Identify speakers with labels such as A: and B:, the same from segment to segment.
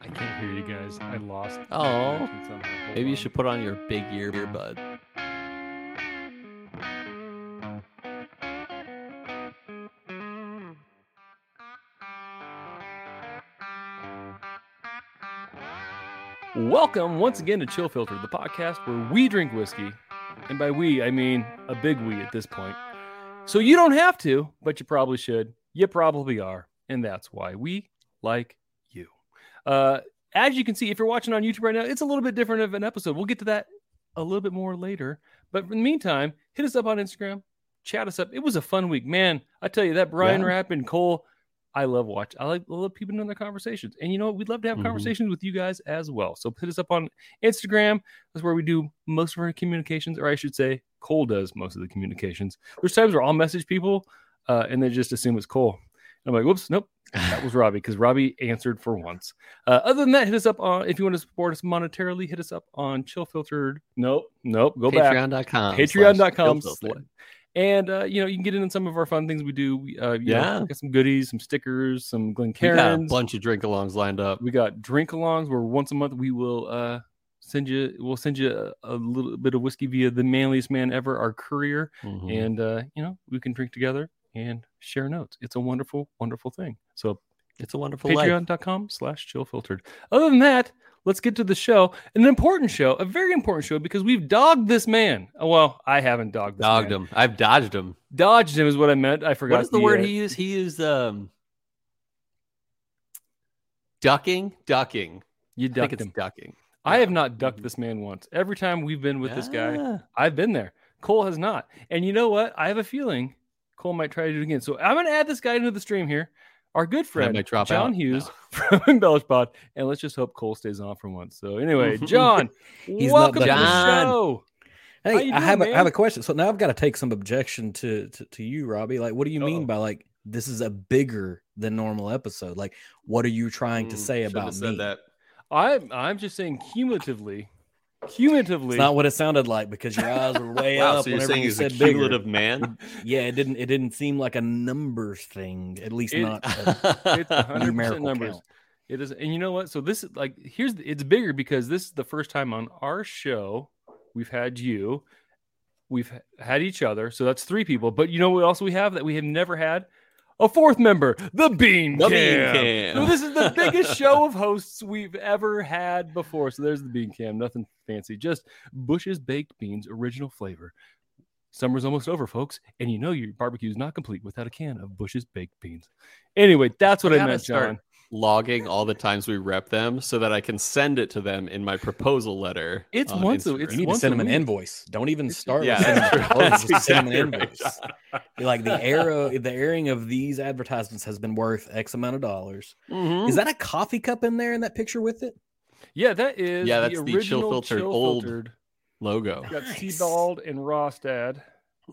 A: I can't hear you guys. I lost.
B: Oh.
A: connection somehow. Hold
B: Maybe you
A: on.
B: should put on your big ear earbud.
A: Welcome once again to Chill Filter, the podcast where we drink whiskey, and by we I mean a big we at this point. So you don't have to, but you probably should. You probably are, and that's why we like you. Uh, as you can see, if you're watching on YouTube right now, it's a little bit different of an episode. We'll get to that a little bit more later. But in the meantime, hit us up on Instagram, chat us up. It was a fun week, man. I tell you that Brian
B: Yeah.
A: Rapp and Cole. I love watch. I like I love people in their conversations, and you know what? we'd love to have
B: Mhm.
A: conversations with you guys as well. So hit us up on Instagram. That's where we do most of our communications, or I should say, Cole does most of the communications. There's times where I'll message people uh, and they just assume it's Cole. And I'm like, whoops, nope, that was Robbie because Robbie answered for once. Uh, other than that, hit us up on if you want to support us monetarily. Hit us up on Chill Filtered. Nope, nope, go back
B: Patreon.com.
A: patreon.com
B: slash
A: sla- and uh, you know you can get in on some of our fun things we do we, uh, you
B: Yeah.
A: know, got some goodies some stickers some
B: We got a
A: glencairns we got,
B: bunch of drink alongs lined up.
A: drink alongs where once a month we will uh, send you we'll send you a, a little bit of whiskey via the manliest man ever our courier
B: Mhm.
A: and uh, you know we can drink together and share notes it's a wonderful wonderful thing so
B: it's a wonderful life.
A: patreon.com slash chill filtered other than that let's get to the show an important show a very important show because we've dogged this man Oh, well i haven't dogged this
B: Dogged
A: man.
B: him. I've dodged him.
A: dodged him is what i meant i forgot
B: What is the word
A: uh,
B: he used? He used um ducking, ducking.
A: you
B: I think
A: ducked
B: it's
A: him
B: ducking.
A: i have not ducked this man once every time we've been with this guy
B: Ah.
A: i've been there cole has not and you know what i have a feeling cole might try to do it again so i'm going to add this guy into the stream here our good friend
B: might drop
A: john
B: out.
A: hughes
B: No.
A: from embellish pod and let's just hope cole stays on for once so anyway john
C: He's not
A: welcome to the
B: done.
A: show
C: Hey,
A: you
C: I
A: doing,
C: have a, I have
A: man?
C: a question. So now I've got to take some objection to, to to you, Robbie. Like, what do you
A: Uh-oh.
C: mean by like this is a bigger than normal episode? Like, what are you trying to
B: Mm,
C: say
B: shouldn't
C: about
B: have said
C: me?
B: that.
A: I'm I'm just saying cumulatively, cumulatively.
C: It's not what it sounded like because your eyes were way
B: Wow,
C: up
B: so you're
C: whenever
B: saying
C: you
B: he's a
C: said bigger.
B: cumulative man?
C: Yeah, it didn't it didn't seem like a number thing. At least
A: It-
C: not a
A: it's 100 percent
C: numerical
A: numbers.
C: count.
A: It is, and you know what? So this is like here's the- it's bigger because this is the first time on our show we've had you, we've h- had each other, so that's three people. But you know what else we have that we have never had? A fourth member, the Bean
B: The
A: Cam.
B: Bean
A: So
B: Cam.
A: this is the biggest show of hosts we've ever had before. So there's the bean cam, nothing fancy, just Bush's baked beans, original flavor. Summer's almost over, folks, and you know your barbecue's not complete without a can of Bush's baked beans. Anyway, that's what
B: I
A: I,
B: gotta
A: meant,
B: start
A: John.
B: logging all the times we rep them so that I can send it to them in my proposal letter. uh,
A: It's
B: on
A: once a- it's
C: You need to
A: Once
C: send
A: a
C: him an
A: week.
C: invoice. Don't even
A: It's-
C: start.
B: yeah,
C: with sending
B: that's
C: him
B: true.
C: proposals,
B: That's
C: just send him an
B: exactly right,
C: invoice. Like the arrow, the airing of these advertisements has been worth X amount of dollars.
B: Mhm.
C: Is that a coffee cup in there in that picture with it?
A: Yeah, that is
B: Yeah, that's the chill
A: original
B: filtered
A: Chill
B: old-
A: Filtered.
B: logo.
A: Got
C: Nice.
A: Sebald and Rostad.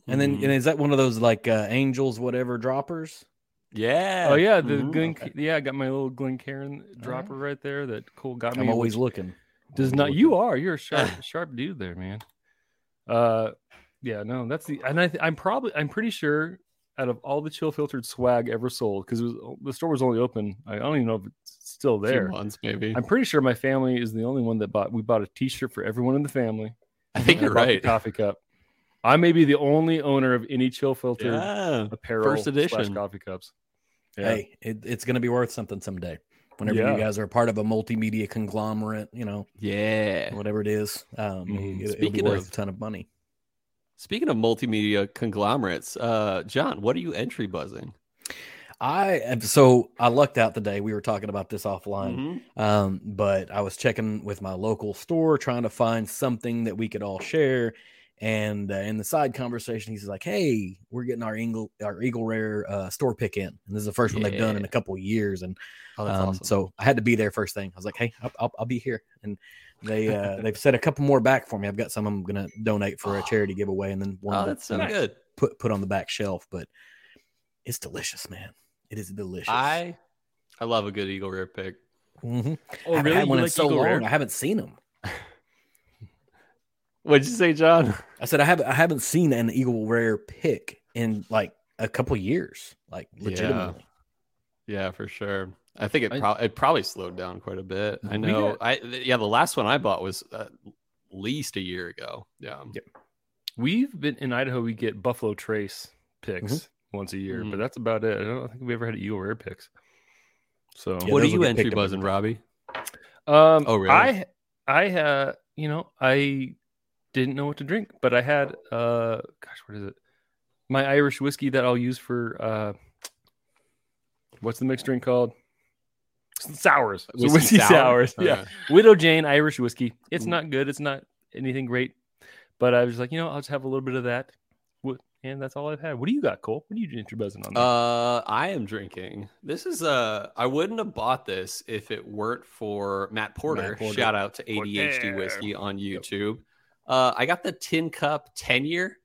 C: And then
B: Mhm.
C: and is that one of those like uh, angels whatever droppers?
B: yeah.
A: Oh yeah, the
B: Mhm.
A: Glen.
C: okay.
A: Yeah, I got my little Glencairn dropper right there. That Cole got me.
C: I'm always
A: which
C: looking.
A: Does
C: Always
A: not.
C: looking.
A: You are. You're a sharp, sharp dude there, man. Uh, yeah. No, that's the. And I. Th- I'm probably. I'm pretty sure. Out of all the chill filtered swag ever sold, because the store was only open. I don't even know if it's still
B: Few
A: there.
B: months maybe.
A: I'm pretty sure my family is the only one that bought. We bought a T-shirt for everyone in the family.
B: I think
A: and I
B: you're
A: bought the
B: right.
A: coffee cup. I may be the only owner of any chill filtered
B: Yeah.
A: apparel
B: First
A: slash
B: edition.
A: coffee cups.
C: Hey, it, it's going to be worth something someday. Whenever
A: Yeah.
C: you guys are a part of a multimedia conglomerate, you know
B: Yeah.
C: whatever it is,
A: Mhm.
C: um, it, will be
B: Eh. Mm-hmm. Speaking
C: worth
B: of-
C: a ton of money.
B: Speaking of multimedia conglomerates, uh, John, what are you entry buzzing?
C: I am- so I lucked out today. We were talking about this offline,
B: Mhm.
C: um, but I was checking with my local store trying to find something that we could all share. And uh, in the side conversation, he's like, "Hey, we're getting our Eagle our Eagle Rare uh, store pick in, and this is the first one they've done in
B: Yeah.
C: a couple of years." And
B: Oh, that's
C: um,
B: awesome.
C: So I had to be there first thing. I was like, "Hey, I'll, I'll, I'll be here," and they uh, they've set a couple more back for me. I've got some I'm gonna donate for a
B: Oh.
C: charity giveaway, and then one
B: oh, that's
C: that's
B: so
A: Nice.
B: good.
C: put put on the back shelf. But it's delicious, man. It is delicious.
B: I I love a good Eagle Rare pick.
C: Mhm.
A: Oh,
C: I haven't had one
A: You
C: in
A: like
C: so
A: Eagle
C: long.
A: Rare?
C: I haven't seen them.
B: What'd you say, John?
C: I said I haven't I haven't seen an eagle rare pick in like a couple years, like
B: Yeah.
C: legitimately.
B: Yeah, for sure. I think
A: I-
B: it, pro- it probably slowed down quite a bit. I
A: We
B: know.
A: got-
B: I th- yeah, the last one I bought was at least a year ago. Yeah,
A: We've been in Idaho. We get Buffalo Trace picks once a year, but
B: Mhm.
A: that's about it. I don't think we ever had Eagle Rare picks. So
C: Yeah,
B: what are
C: those will
B: you
C: get
B: entry
C: picked up
B: buzzing, Robbie?
A: Um,
B: Oh, really?
A: I I uh, you know, I didn't know what to drink, but I had uh, gosh, what is it? My Irish whiskey that I'll use for uh, what's the mixed drink called? S- Sours. So whiskey sours.
B: Oh,
A: Yeah. Widow Jane Irish whiskey. It's
B: Mm.
A: not good. It's not anything great, but I was like, you know, I'll just have a little bit of that. Wh- And that's all I've had. What do you got, Cole? What are you drinking buzzing on? that?
B: Uh, I am drinking. This is uh, I wouldn't have bought this if it weren't for Matt Porter.
C: Porter.
B: Shout out to ADHD
A: Porter.
B: Whiskey on YouTube. Uh, I got the Tin Cup 10 year,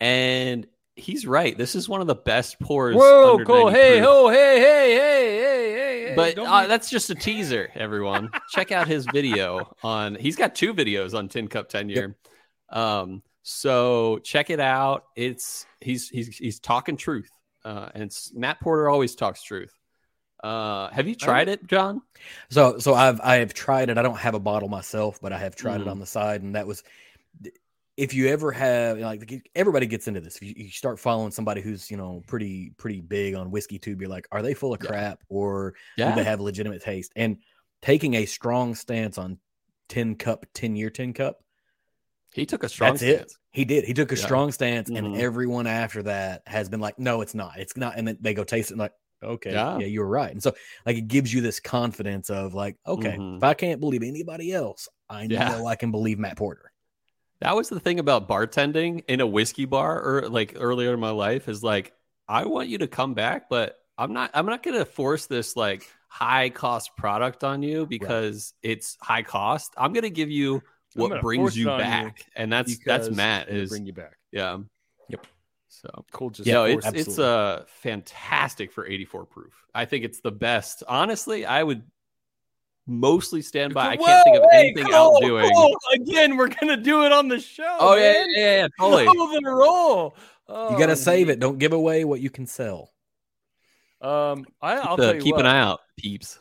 B: and he's right. This is one of the best pours.
A: Whoa,
B: under
A: Cole!
B: 90
A: Hey,
B: proof.
A: ho, hey, hey, hey, hey, hey, hey!
B: but
A: don't
B: uh,
A: be-
B: that's just a teaser everyone check out his video on he's got two videos on tin cup 10 year um so check it out it's he's he's he's talking truth uh and it's, matt porter always talks truth uh have you tried it john
C: So so I've I have tried it. I don't have a bottle myself, but I have tried it
B: Mhm.
C: on the side, and that was if you ever have you know, like everybody gets into this. If you, you start following somebody who's you know pretty pretty big on whiskey tube, you're like, are they full of
B: Yeah.
C: crap or do they have legitimate taste? And taking a strong stance on ten cup, ten year ten cup,
B: he took a strong
C: that's it.
B: stance
C: He did. He took a
B: Yeah.
C: strong stance, and
B: Mhm.
C: everyone after that has been like, "No, it's not. It's not." And then they go taste it, and like, "Okay, yeah.
B: Yeah.
C: you were right." And so, like, it gives you this confidence of like, "Okay,
B: Mhm.
C: if I can't believe anybody else, I
B: Yeah.
C: know I can believe Matt Porter."
B: That was the thing about bartending in a whiskey bar or like earlier in my life is like I want you to come back, but I'm not I'm not gonna force this like high cost product on you because it's high cost. I'm gonna give you
A: gonna
B: what brings
A: force
B: you
A: it on you
B: back. and that's that's
A: because
B: Matt
A: It'll
B: is
A: bring you back.
B: yeah.
A: Yep.
B: So
A: Cole just
B: yeah, no,
A: forced
B: it's it's uh fantastic for 84 proof. I think it's the best. Honestly, I would mostly stand by. I can't think of anything outdoing.
A: Again, we're gonna do it on the show.
B: Oh yeah, yeah, yeah, yeah, totally.
A: and roll.
C: You
A: Oh,
C: got to save it. Don't give away what you can sell.
A: Um, I, I'll
B: the-
A: tell you
B: keep
A: what,
B: an eye out, peeps.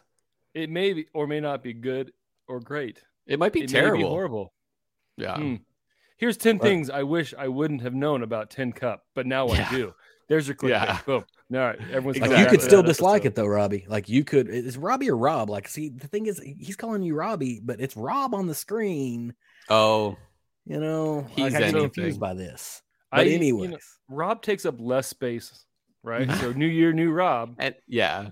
A: It may be or may not be good or great.
B: It might be
A: it
B: terrible. Um,
A: may be horrible.
B: Yeah.
A: Hmm. Here's ten
C: But-
A: things I wish I wouldn't have known about Ten Cup, but now
B: Yeah.
A: I do. There's your clip.
B: Yeah.
A: Boom. All right, everyone's
C: Like, you
B: Exactly.
C: could still dislike it though, Robbie. Like, you could. Is Robbie or Rob? Like, see, the thing is, he's calling you Robbie, but it's Rob on the screen.
B: Oh,
C: You know,
B: He's
C: like, I get
A: anything.
C: confused by this. But
A: I,
C: anyways.
A: you know, Rob takes up less space, right?
B: Mm-hmm.
A: so new year, new Rob,
B: and yeah.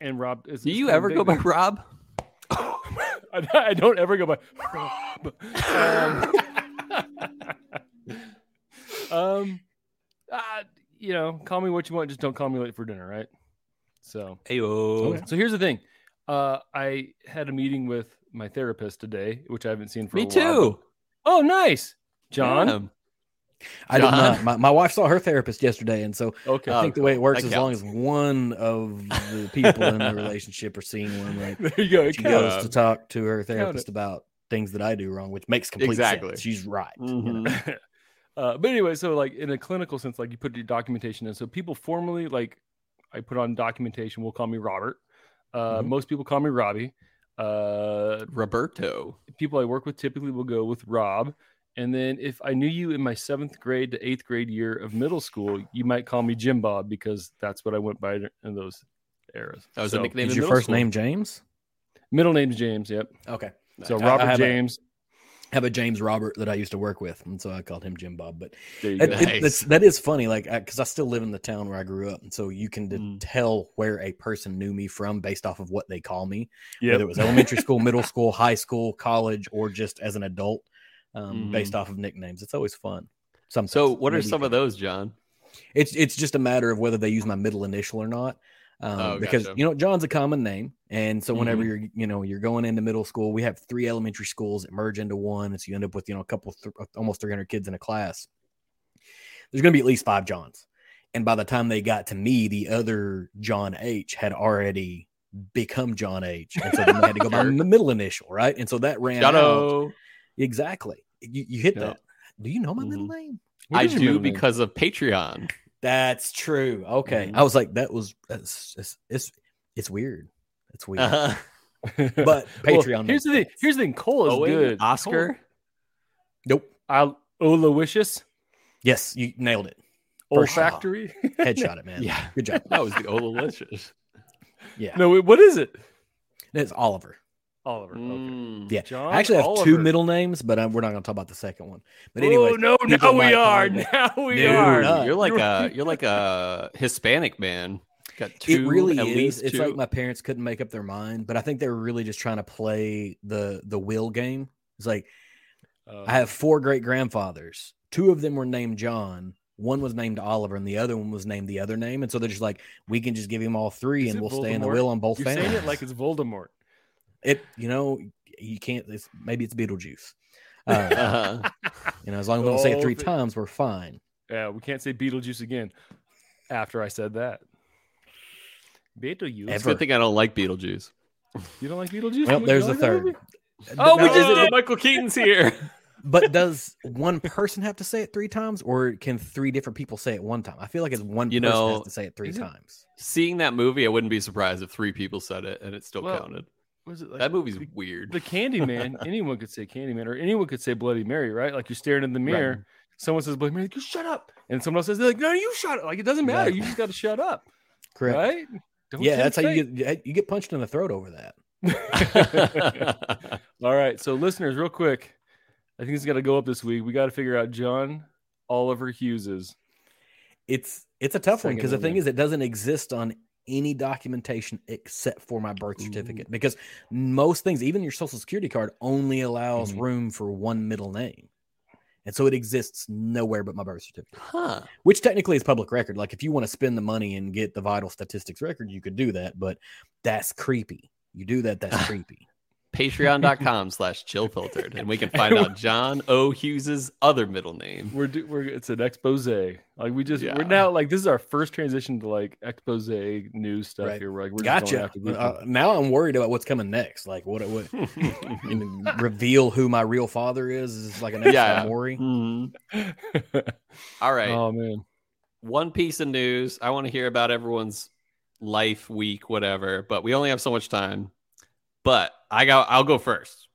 A: and Rob is.
B: Do
A: is
B: you
A: kinda
B: ever
A: big
B: go by
A: now.
B: Rob?
A: I, I don't ever go by Rob. Um, um, uh, you know, call me what you want, just don't call me late for dinner, right? So,
B: Ayo.
A: so here's the thing. Uh, I had a meeting with my therapist today, which I haven't seen for a
B: Me
A: while, but-
B: too.
A: Oh, nice, John.
B: Damn.
C: I did
B: John.
C: not. My, my wife saw her therapist yesterday, and so
A: Okay,
C: I
B: Oh,
C: think the way it works,
B: that
C: as long as one of the people in the relationship are seeing one, like
A: there you go. It
C: she
A: counts.
C: goes to talk to her therapist
A: it.
C: about things that I do wrong, which makes complete
B: Exactly.
C: sense. She's right. you know?
B: Mhm.
A: uh, but anyway, so like in a clinical sense, like you put your documentation in. So people formally like I put on documentation. Will call me Robert. Uh,
B: Mm-hmm.
C: Mhm.
A: Most people call me Robbie. Uh,
B: Roberto.
A: people I work with typically will go with Rob. And then if I knew you in my seventh grade to eighth grade year of middle school, you might call me Jim Bob because that's what I went by in those eras.
B: That was
A: So,
B: a nickname.
C: Is
B: in
C: your
B: middle
C: first
B: school.
C: name James?
A: Middle name's James. Yep.
C: Okay,
A: So
C: I- I
A: Robert
C: have a-
A: James.
C: I have a James Robert that I used to work with, and so I called him Jim Bob. But
A: There you
C: it,
A: go.
C: it-
B: Nice.
C: that's, that is funny, like because I, still live in the town where I grew up, and so you can d-
B: Mm.
C: tell where a person knew me from based off of what they call me.
A: Yep.
C: whether it was elementary school, middle school, high school, college, or just as an adult, um, based
B: Mhm.
C: off of nicknames. It's always fun. Sometimes.
B: So, what are
C: Maybe you
B: some of
C: can-
B: those, John?
C: It's it's just a matter of whether they use my middle initial or not. Um,
B: Oh,
C: because
B: gotcha.
C: you know John's a common name, and so whenever
B: Mhm.
C: you're you know you're going into middle school, we have three elementary schools that merge into one, and so you end up with you know a couple th- uh, almost 300 kids in a class. There's going to be at least five Johns, and by the time they got to me, the other John H had already become John H, and so then they had to go by the
B: Jerk.
C: middle initial, right? And so that ran out.
B: Jono.
C: exactly. You, you hit
B: Yeah.
C: that. Do you know my middle name?
A: What
B: Mm-hmm. I
A: is your
B: do
A: middle name?
B: because of Patreon.
C: That's true. Okay.
B: Mhm.
C: Mm-hmm. I was like, that was that's it's it's, it's weird. It's weird.
B: Uh-huh.
C: But Patreon.
A: here's
C: makes
A: the thing.
C: sense.
A: Here's the thing. Cole is
B: Owen,
A: good.
B: Oscar.
C: Nope.
A: Cole, I, Aloysius.
C: Yes, you nailed it. First shot.
A: Olfactory.
C: Headshot it, man.
B: Yeah,
C: Good job.
B: that was the Olalicious.
C: Yeah.
A: no, wait, what is it?
C: It's Oliver.
A: Oliver. Okay.
B: Mm.
C: Yeah.
A: John
C: I actually have two
A: Oliver.
C: middle names, but I, we're not going to talk about the second one. But
A: oh
C: anyway,
A: no! Now
C: people
A: we
C: might
A: are.
C: find it.
A: Now we
B: Dude,
A: are.
C: not.
B: you're like a you're like a Hispanic man. Got two
C: it really
B: at
C: is.
B: least
C: it's
B: two.
C: like my parents couldn't make up their mind, but I think they were really just trying to play the the will game. It's like
A: Oh.
C: I have four great grandfathers. Two of them were named John. One was named Oliver, and the other one was named the other name. And so they're just like, we can just give him all three,
A: Is
C: and
A: it
C: we'll stay in the
A: Voldemort?
C: will on both
A: You're
C: families.
A: saying it like it's Voldemort.
C: It, you know, you can't. It's, maybe it's Beetlejuice. Uh,
B: Uh-huh.
C: you know, as long as we don't say it
A: Oh,
C: three
A: but-
C: times, we're fine.
A: Yeah, we can't say Beetlejuice again. After I said that, Beetlejuice.
B: It's a good thing I don't like Beetlejuice.
A: You don't like Beetlejuice?
C: Well,
A: You
C: there's
A: like
C: a
A: that
C: third. Uh,
A: movie? Oh,
C: But
B: Oh,
A: we
C: now-
A: just did it.
B: Michael Keaton's here.
C: But does one person have to say it three times, or can three different people say it one time? I feel like it's one
B: You
C: person
B: know,
C: has to say it three
A: is it-
C: times.
B: Seeing that movie, I wouldn't be surprised if three people said it and it still
A: Well,
B: counted.
A: Was it like
B: That movie's
A: the,
B: weird.
A: the Candyman? anyone could say Candyman, or anyone could say Bloody Mary, right? Like you're staring in the mirror. Someone says Bloody Mary, like, you shut up, and someone else says, they're like, no, you shut up. Like it doesn't matter.
C: Right.
A: You just got to shut up,
C: Correct.
A: right? Don't
C: Yeah,
A: say
C: that's how
A: a
C: you get you get punched in the throat over that.
A: thing. All right, so listeners, real quick, I think it's got to go up this week. We got to figure out John Oliver Hughes's.
C: It's it's a tough one
A: Second
C: because the
A: one,
C: thing
A: yeah.
C: is, it doesn't exist on any documentation except for my birth
A: Mm-hmm.
C: certificate because most things, even your social security card, only allows
A: Mm-hmm.
B: Mhm.
C: room for one middle name, and so it exists nowhere but my birth certificate,
B: huh.
C: which technically is public record. Like if you want to spend the money and get the vital statistics record, you could do that, but that's creepy. You do that, that's creepy.
B: Patreon.com slash chill filtered. And we can find out John O. Hughes's other middle name.
A: We're, do, we're it's an expose. Like we just
B: Yeah.
A: we're now like this is our first transition to like expose news stuff
C: Right.
A: here. We're like we're just going
C: Gotcha.
A: after these
C: Uh, now I'm worried about what's coming next. Like what what and reveal who my real father is is like an extra
B: Yeah.
C: worry.
B: Mhm.
A: people.
B: All right.
A: Oh man.
B: one piece of news. I want to hear about everyone's life, week, whatever. But we only have so much time. But I got. I'll go first.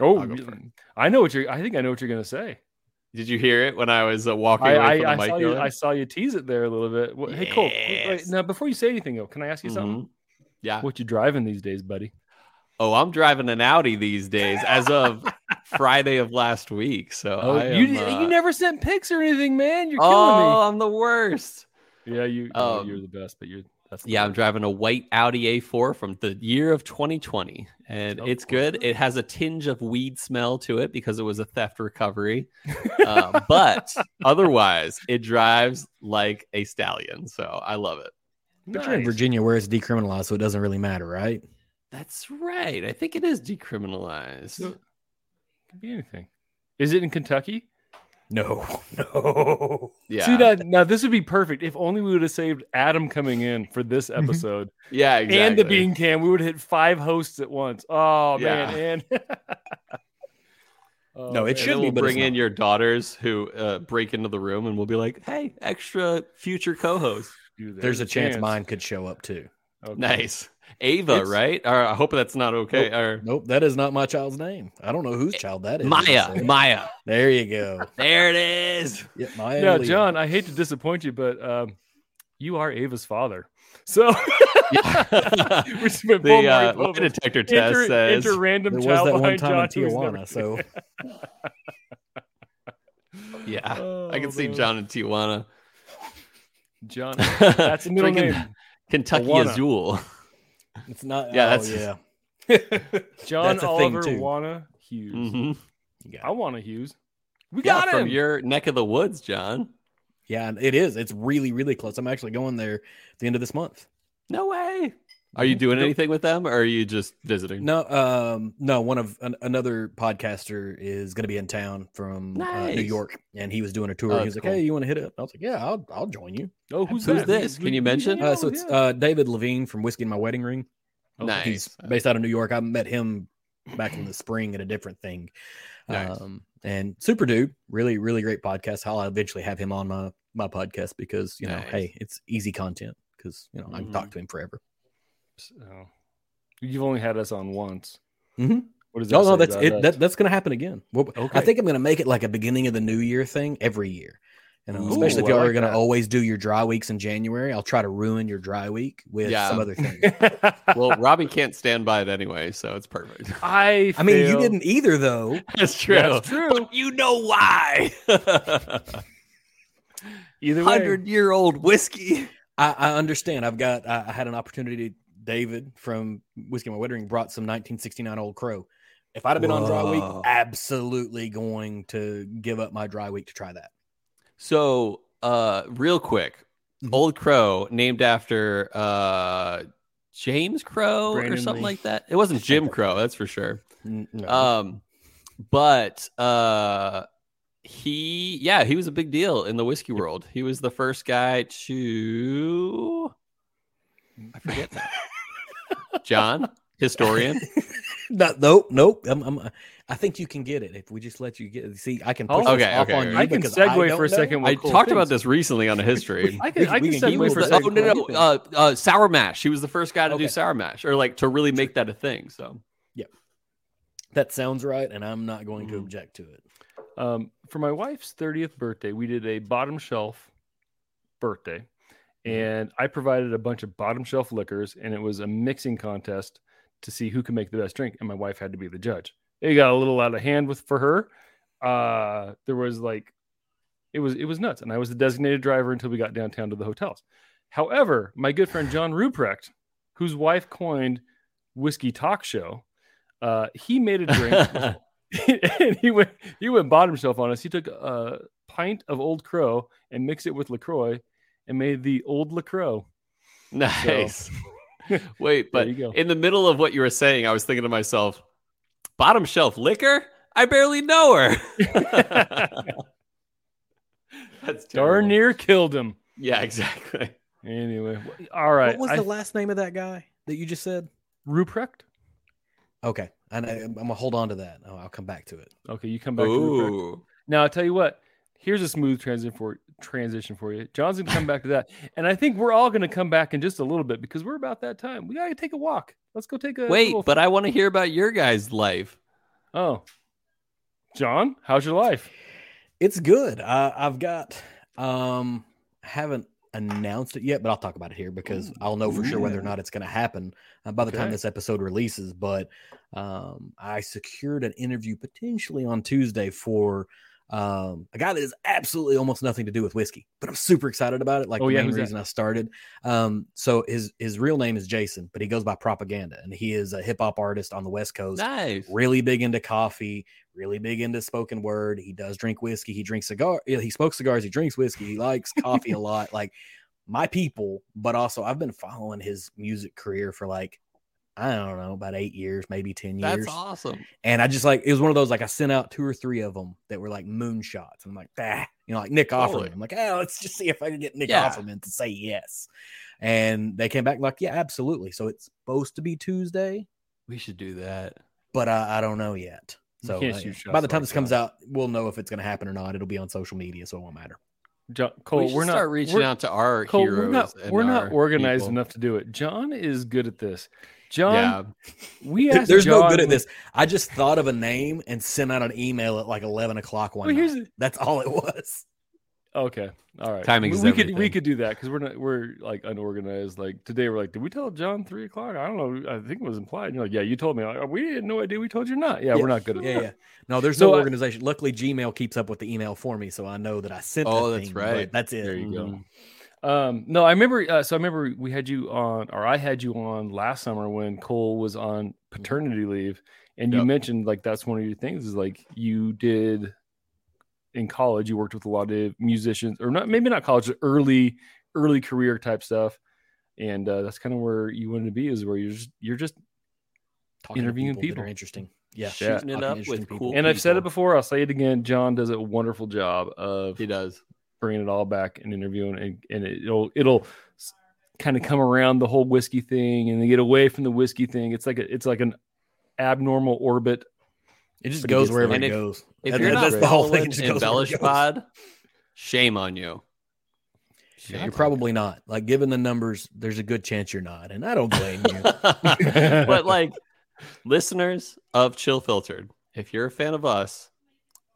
A: Oh,
B: I'll go
A: you-
B: first.
A: I know what you're. I think I know what you're gonna say.
B: Did you hear it when I was uh, walking
A: I,
B: away from
A: I, I
B: the mic?
A: saw you.
B: earlier?
A: I saw you tease it there a little bit. What, Hey Cole, wait, wait,
B: Yes.
A: now before you say anything though, can I ask you something?
B: Mhm. Yeah.
A: What you driving these days, buddy?
B: Oh, I'm driving an Audi these days as of Friday of last week. So
A: Oh,
B: I
A: you
B: am, uh,
A: you never sent pics or anything, man. You're
B: oh, I'm the worst.
A: killing me. Yeah, you well,
B: um,
A: you're the best, but you're that's the
B: Yeah, I'm
A: worst.
B: driving a white Audi A4 from the year of 2020, and
A: Oh,
B: it's
A: cool.
B: good. It has a tinge of weed smell to it because it was a theft recovery, uh, but otherwise, it drives like a stallion. So I love it.
C: But you're in
A: Nice.
C: Virginia where it's decriminalized, so it doesn't really matter, right?
B: That's right. I think it is decriminalized.
A: So- Could be anything. Is it in Kentucky?
C: No, no.
B: yeah,
A: See that now this would be perfect if only we would have saved Adam coming in for this
C: Mm-hmm.
A: episode
B: yeah, exactly.
A: and the bean can. We would have hit five hosts at once. Oh man, and Oh,
C: No, it
A: man.
B: And
C: should
B: then
C: be,
B: we'll
C: but it's
B: bring in
C: not.
B: your daughters who uh, break into the room, and we'll be like, "Hey, extra future co-host."
A: Dude,
C: There's, a chance, mine could show up too.
A: Okay.
B: Nice, Ava,
A: It's-
B: right? Or I hope that's not okay. Or
C: Nope, that is not my child's name. I don't know whose child that is.
B: Eh, Maya,
C: So-
B: Maya.
C: There you go.
B: There it is.
C: Yeah, Maya.
A: Now,
C: Leah.
A: John, I hate to disappoint you, but um, you are Ava's father. So
B: the
A: we just went full
B: uh,
A: Mario
B: lie
A: Bava.
B: detector test
A: enter,
B: says
A: enter random
C: There was
A: child
C: that one
A: behind
C: time in
A: John who's never-
C: Tijuana, so
B: Yeah,
A: Oh,
B: I can see
A: man.
B: John in Tijuana.
A: John, that's a middle
B: Drinking-
A: name.
B: Kentucky
A: Tijuana.
B: Azul.
C: it's not.
B: Yeah,
C: Yeah,
B: that's-
C: yeah.
A: John
C: a thing,
A: Oliver
C: too.
A: Wanna Hughes.
B: Mhm.
C: You got
A: I wanna Hughes. We
B: Yeah,
A: got him.
B: from your neck of the woods, John.
C: Yeah, and it is. It's really, really close. I'm actually going there at the end of this month.
B: No way. Are
A: Mm-hmm.
B: you doing anything with them, or are you just visiting?
C: No, um, no. One of an, another podcaster is going to be in town from uh, New
B: Nice.
C: York, and he was doing a tour.
B: Oh,
C: he was
B: that's
C: like, "Hey,
B: cool.
C: you want to hit it?" up?" I was like, "Yeah, I'll, I'll join you."
A: oh, who's,
B: Who's
A: that?
B: this?
A: We-
B: Can you
A: we-
B: mention?
A: yeah,
C: Uh, so it's
A: yeah.
C: uh, David Levine from Whiskey and My Wedding Ring.
A: Oh,
B: Nice.
C: He's
A: Uh,
C: based out of New York. I met him back in the spring at a different thing.
B: Nice.
C: Um, and super dude, really, really great podcast. I'll eventually have him on my my podcast because you know,
B: Nice.
C: hey, it's easy content because you know I can
A: Mm-hmm.
C: talk
B: Mhm.
C: to him forever.
A: So, Oh. you've only had us on once.
C: Mhm.
A: What does that
C: No, no,
A: say
C: that's
A: about
C: it.
A: us?
C: That, that's gonna happen again. Well, I
A: Okay.
C: think I'm gonna make it like a beginning of the new year thing every year. You know,
A: Ooh,
C: especially if
A: I
C: y'all
A: like
C: are gonna
A: that.
C: always do your dry weeks in January, I'll try to ruin your dry week with
B: Yeah.
C: some other thing.
B: Well, Robin can't stand by it anyway, so it's perfect.
A: I.
C: I mean, you
A: feel-
C: didn't either though.
B: That's true.
A: That's true.
B: you know why?
A: Either way,
B: Hundred year old whiskey.
C: I, I understand. I've got. I, I had an opportunity. David from Whiskey My Wedding brought some 1969 Old Crow. If I'd have been on dry
B: Whoa.
C: week, absolutely going to give up my dry week to try that.
B: So, uh, real quick,
C: Mhm.
B: Old Crow named after uh, James Crow or
A: Brandon
B: something
A: Lee.
B: like that. It wasn't Jim Crow, that's for sure.
C: N- No.
A: Uh,
B: Um, but uh, he, yeah, he was a big deal in the whiskey world. He was the first guy to, I forget that. John, historian.
C: No, nope, nope. I'm, I'm, I think you can get it if we just let you get. it. See, I can push
A: Oh,
C: this
B: okay,
C: off
B: okay,
C: on
B: okay.
C: you
A: I can
C: because
A: segue
C: don't
A: for a
C: know.
A: second.
B: I
A: with cool
B: talked about
A: things.
B: this recently on a history.
A: I can,
C: We-
A: I can
C: we can- he
A: segue
C: was
A: for a
C: the-
A: second.
B: oh no no
C: cool.
B: uh, uh, sour mash. He was the first guy to do
C: Okay.
B: sour mash, or like to really make that a thing. So
C: That sounds right, and I'm not going to
A: Mm-hmm.
B: Mhm.
C: object to it.
A: um, for my wife's 30th birthday, we did a bottom shelf birthday, and I provided a bunch of bottom shelf liquors, and it was a mixing contest to see who could make the best drink, and my wife had to be the judge. It got a little out of hand with for her. Uh, there was like, it was it was nuts, and I was the designated driver until we got downtown to the hotels. However, my good friend John Ruprecht, whose wife coined whiskey talk show, uh, he made a drink and he went he went bottom shelf on us. He took a pint of Old Crow and mixed it with Lacroix and made the Old Lacroix.
B: nice. Wait,
A: There
B: but
A: you go.
B: in the middle of what you were saying, I was thinking to myself, bottom shelf liquor. I barely know her. That's terrible.
A: Darn near killed him.
B: Yeah, exactly.
A: Anyway, wh- all right.
C: what was
A: I,
C: the last name of that guy that you just said?
A: Ruprecht?
C: Okay, and I, I'm gonna hold on to that. Oh, I'll come back to it.
A: Okay, you come back. to Ruprecht.
B: Ooh,
A: Now I tell you what. Here's a smooth transition for transition for you. John's gonna come back to that, and I think we're all gonna come back in just a little bit because we're about that time. We gotta take a walk. Let's go take a
B: wait,
A: little-
B: but I want to hear about your guys' life.
A: oh, John, how's your life?
C: It's good. I, I've got um haven't announced it yet, but I'll talk about it here because I'll know for sure whether or not it's going to happen uh, by the time
A: Oh, Okay.
C: this episode releases. But um, I secured an interview potentially on Tuesday for um, a guy that has absolutely almost nothing to do with whiskey, but I'm super excited about it. Like
A: Oh,
C: the
A: yeah,
C: main
A: who's that?
C: reason I started. Um, so his his real name is Jason, but he goes by Propaganda, and he is a hip hop artist on the West Coast
B: Nice.
C: really big into coffee, really big into spoken word. He does drink whiskey. He drinks cigar. yeah, He smokes cigars. He drinks whiskey. He likes coffee a lot. Like my people, but also I've been following his music career for like I don't know about eight years, maybe ten years.
B: That's awesome.
C: And I just like it was one of those like I sent out two or three of them that were like moonshots. I'm like, ah, you know, like Nick
B: Totally.
C: Offerman. I'm like, oh, let's just see if I can get Nick
B: Yeah.
C: Offerman to say yes. And they came back like, yeah, absolutely. So it's supposed to be Tuesday
B: We should do that.
C: but I, I don't know yet.
A: You
C: So
A: can't
C: uh,
A: shoot
C: by
A: shots
C: the time
A: like
C: this comes
A: that.
C: out, we'll know if it's going to happen or not. It'll be on social media, so it won't matter.
A: John,
B: we
A: Cole,
B: should
A: we are not
B: start reaching
A: we're-
B: out to our
A: Cole,
B: heroes.
A: we're not,
B: and
A: we're not
B: our
A: organized
B: people.
A: enough to do it. John is good at this. John,
B: yeah,
A: we
C: There-
A: asked
C: There's no
A: John-
C: good at this. I just thought of a name and sent out an email at like 11 o'clock one
A: Well, here's
C: night.
A: the-
C: That's all it was.
A: okay, all right.
B: Timing
A: we,
B: is
A: we could we
B: everything.
A: could do that because we're not we're like unorganized. Like today, we're like, did we tell John three o'clock? I don't know. I think it was implied. And you're like, yeah, you told me. I'm Like, we had no idea. We told you not. Yeah, we're not good at
C: Yeah,
A: that.
C: yeah. No, there's
A: So
C: no
A: I-
C: organization. Luckily, Gmail keeps up with the email for me, so I know that I sent. the
B: Oh, that's
C: thing,
B: right.
C: but That's it.
B: There you go.
A: Mhm. Um, no, I remember. Uh, so I remember we had you on, or I had you on last summer when Cole was on paternity leave, and you
B: Yep.
A: mentioned like that's one of your things is like you did in college. You worked with a lot of musicians, or not maybe not college, but early early career type stuff, and uh, that's kind of where you wanted to be is where you're just you're just.
C: Talking to
A: Interviewing
C: people, that
A: people.
C: are interesting. Yeah,
A: Shooting
B: it
C: talking
B: up
C: to interesting
B: with
C: people.
B: cool
A: And I've said it
B: people.
A: before. I'll say it again. John does a wonderful job of
B: he does.
A: bringing it all back and interviewing and, and it'll it'll kind of come around the whole whiskey thing and they get away from the whiskey thing it's like a, it's like an abnormal orbit
C: It just
A: But it
C: goes
A: gets
C: wherever
A: there.
B: And
C: it
B: if-
C: goes.
B: If
C: That-
B: you're
C: that-
B: not
C: that's the whole
B: following
C: thing. It just goes wherever it
B: embellish
C: goes.
B: pod, shame on you.
A: Shut
C: You're
A: up.
C: probably not. Like, given the numbers, there's a good chance you're not. And I don't blame you.
B: but like listeners of Chill Filtered, if you're a fan of us,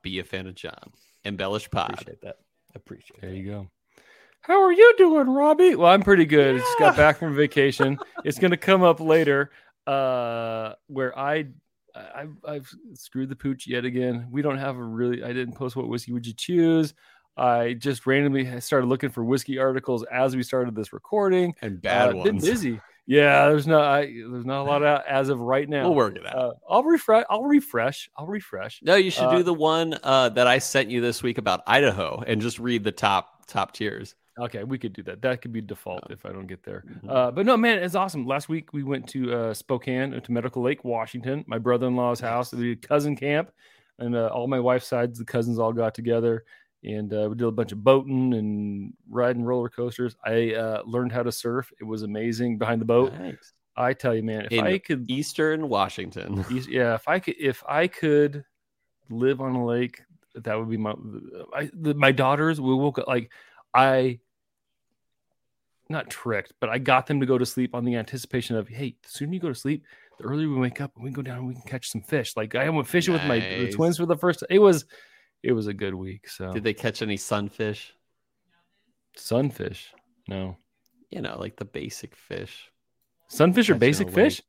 B: be a fan of John. Embellish Pod.
C: appreciate that. Appreciate
A: There
C: it.
A: you go. How are you doing, Robbie? Well, I'm pretty good. Just got
B: Yeah.
A: back from vacation. it's going to come up later, uh, where I, I I've screwed the pooch yet again. We don't have a really. I didn't post what whiskey would you choose. I just randomly started looking for whiskey articles as we started this recording.
B: And bad
A: Uh, Been
B: ones.
A: busy. Yeah, there's not. I, there's not a lot out as of right now.
B: We'll work it out.
A: Uh, I'll refresh. I'll refresh. I'll refresh.
B: no, you should
A: uh,
B: do the one uh, that I sent you this week about Idaho and just read the top top tiers.
A: Okay, we could do that. That could be default if I don't get there.
B: Mhm.
A: Uh, but no, man, it's awesome. Last week we went to uh, Spokane uh, to Medical Lake, Washington, my brother in law's house. We did cousin camp, and uh, all my wife's sides, the cousins all got together, and uh, we did a bunch of boating and riding roller coasters. I uh, learned how to surf. It was amazing behind the boat.
B: Nice.
A: I tell you, man, if
B: In-
A: I could,
B: Eastern Washington.
A: yeah, if I could, if I could live on a lake, that would be my. I, the, my daughters, we woke up like I not tricked, but I got them to go to sleep on the anticipation of, hey, the sooner you go to sleep, the earlier we wake up and we can go down and we can catch some fish. Like I went fishing with my the
B: Nice.
A: twins for the first. It was, it was a good week. So
B: Did they catch any sunfish?
A: sunfish, no
B: You know, like the basic fish.
A: sunfish are
B: Catching a
A: basic
B: lake.
A: fish.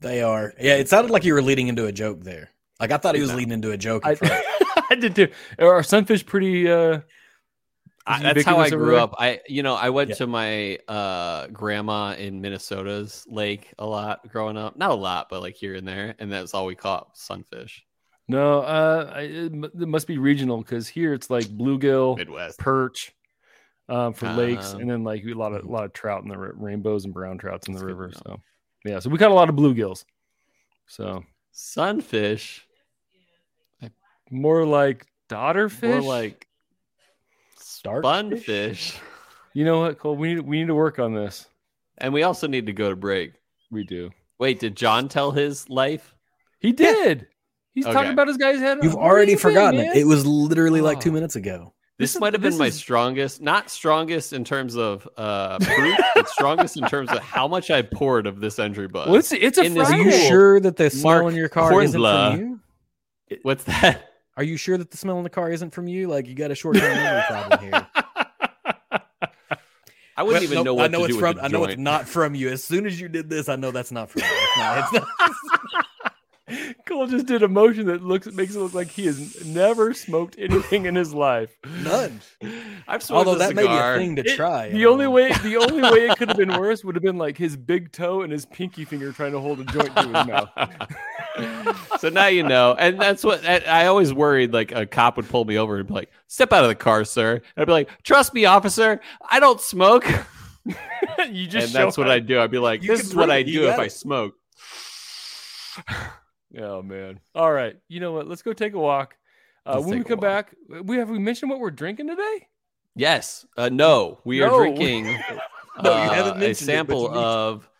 C: They are. Yeah, it sounded like you were leading into a joke there. Like I thought he was
B: No.
C: leading into a joke.
A: I,
C: At first.
A: I did too. Are sunfish pretty? uh
B: I,
A: Is
B: that's how I
A: ubiquitous
B: grew
A: everywhere?
B: up. I, you know, I went
C: Yeah.
B: to my uh, grandma in Minnesota's lake a lot growing up. Not a lot, but like here and there, and that's all we caught sunfish.
A: No, uh, I, it mu- it must be regional because here it's like bluegill,
B: Midwest.
A: perch um, for lakes,
B: Um,
A: and then like a lot of a lot of trout in the ri- rainbows and brown trouts in the
B: That's good to
A: river. So
B: know.
A: yeah, so we caught a lot of bluegills. So
B: Sunfish,
A: more like daughter fish.
B: more like
C: Dark
B: bunfish,
A: you know what, Cole? We need we need to work on this.
B: and we also need to go to break.
A: We do.
B: Wait, did John tell his life?
A: He did. He's
B: Okay.
A: talking about his guy's head.
C: You've
A: Where
C: already
A: you been,
C: forgotten
A: man?
C: it. It was literally like two
A: Oh.
C: minutes ago.
B: This,
A: This is-
B: might have
A: this
B: been my
A: is-
B: strongest, not strongest in terms of uh, proof, but strongest in terms of how much I poured of this entry bug.
A: Well, it's it's a
B: In this
C: Are
A: Friday.
C: you
B: Cool.
C: sure that the smell
B: Mark
C: in your car isn't
B: Hornblower.
C: from you?
B: What's that?
C: Are you sure that the smell in the car isn't from you? Like you got a short term memory problem here.
B: I wouldn't
C: Well,
B: even
C: nope,
B: know what
C: I know
B: to
C: it's
B: do
C: from.
B: with the
C: I know it's
B: joint.
C: not from you. As soon as you did this, I know that's not from you. It's not, it's not-
A: Cole just did a motion that looks makes it look like he has never smoked anything in his life.
C: none.
B: I've smoked
C: Although
B: a
C: that
B: cigar.
C: may be a thing to
A: It-
C: try.
A: The only way the only way it could have been worse would have been like his big toe and his pinky finger trying to hold a joint to his mouth.
B: so now you know, and that's what I, I always worried. Like a cop would pull me over and be like, "Step out of the car, sir." And I'd be like, "Trust me, officer, I don't smoke."
A: you just
B: And that's
A: show
B: what
A: up.
B: I do. I'd be like,
C: You
B: "This
C: can
B: is what
C: prove
B: I
C: it. You
B: do if
C: got
B: I
C: it."
B: smoke."
A: Oh man. All right. You know what? Let's go take a walk. Uh,
B: Let's
A: when we
B: take a
A: come back, we have we mentioned what we're drinking today?
B: Yes. Uh, no, we
A: No.
B: are drinking.
C: No, you
B: uh,
C: haven't mentioned it,
B: a
C: but
B: sample
C: you need to.
B: of.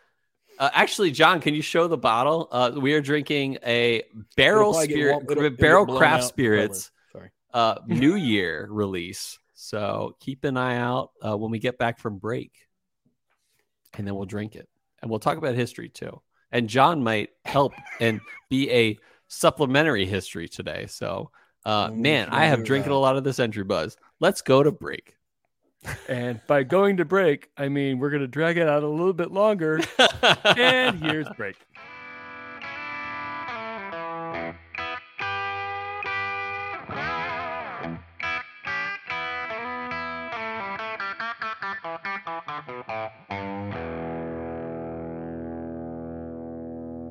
B: Uh, actually, John, can you show the bottle? Uh, we are drinking a barrel
C: It'll probably get
B: spirit,
C: wa- it'll- it'll
B: barrel
C: get blown
B: craft
C: out.
B: spirits.
C: Sorry.
B: uh, New Year release. So keep an eye out uh, when we get back from break, and then we'll drink it, and we'll talk about history too. And John might help and be a supplementary history today. So, uh,
C: Mm,
B: man,
C: sure
B: I have
C: do
B: drinking
C: that.
B: a lot of this entry buzz. Let's go to break.
A: And by going to break, I mean we're gonna drag it out a little bit longer. and here's break.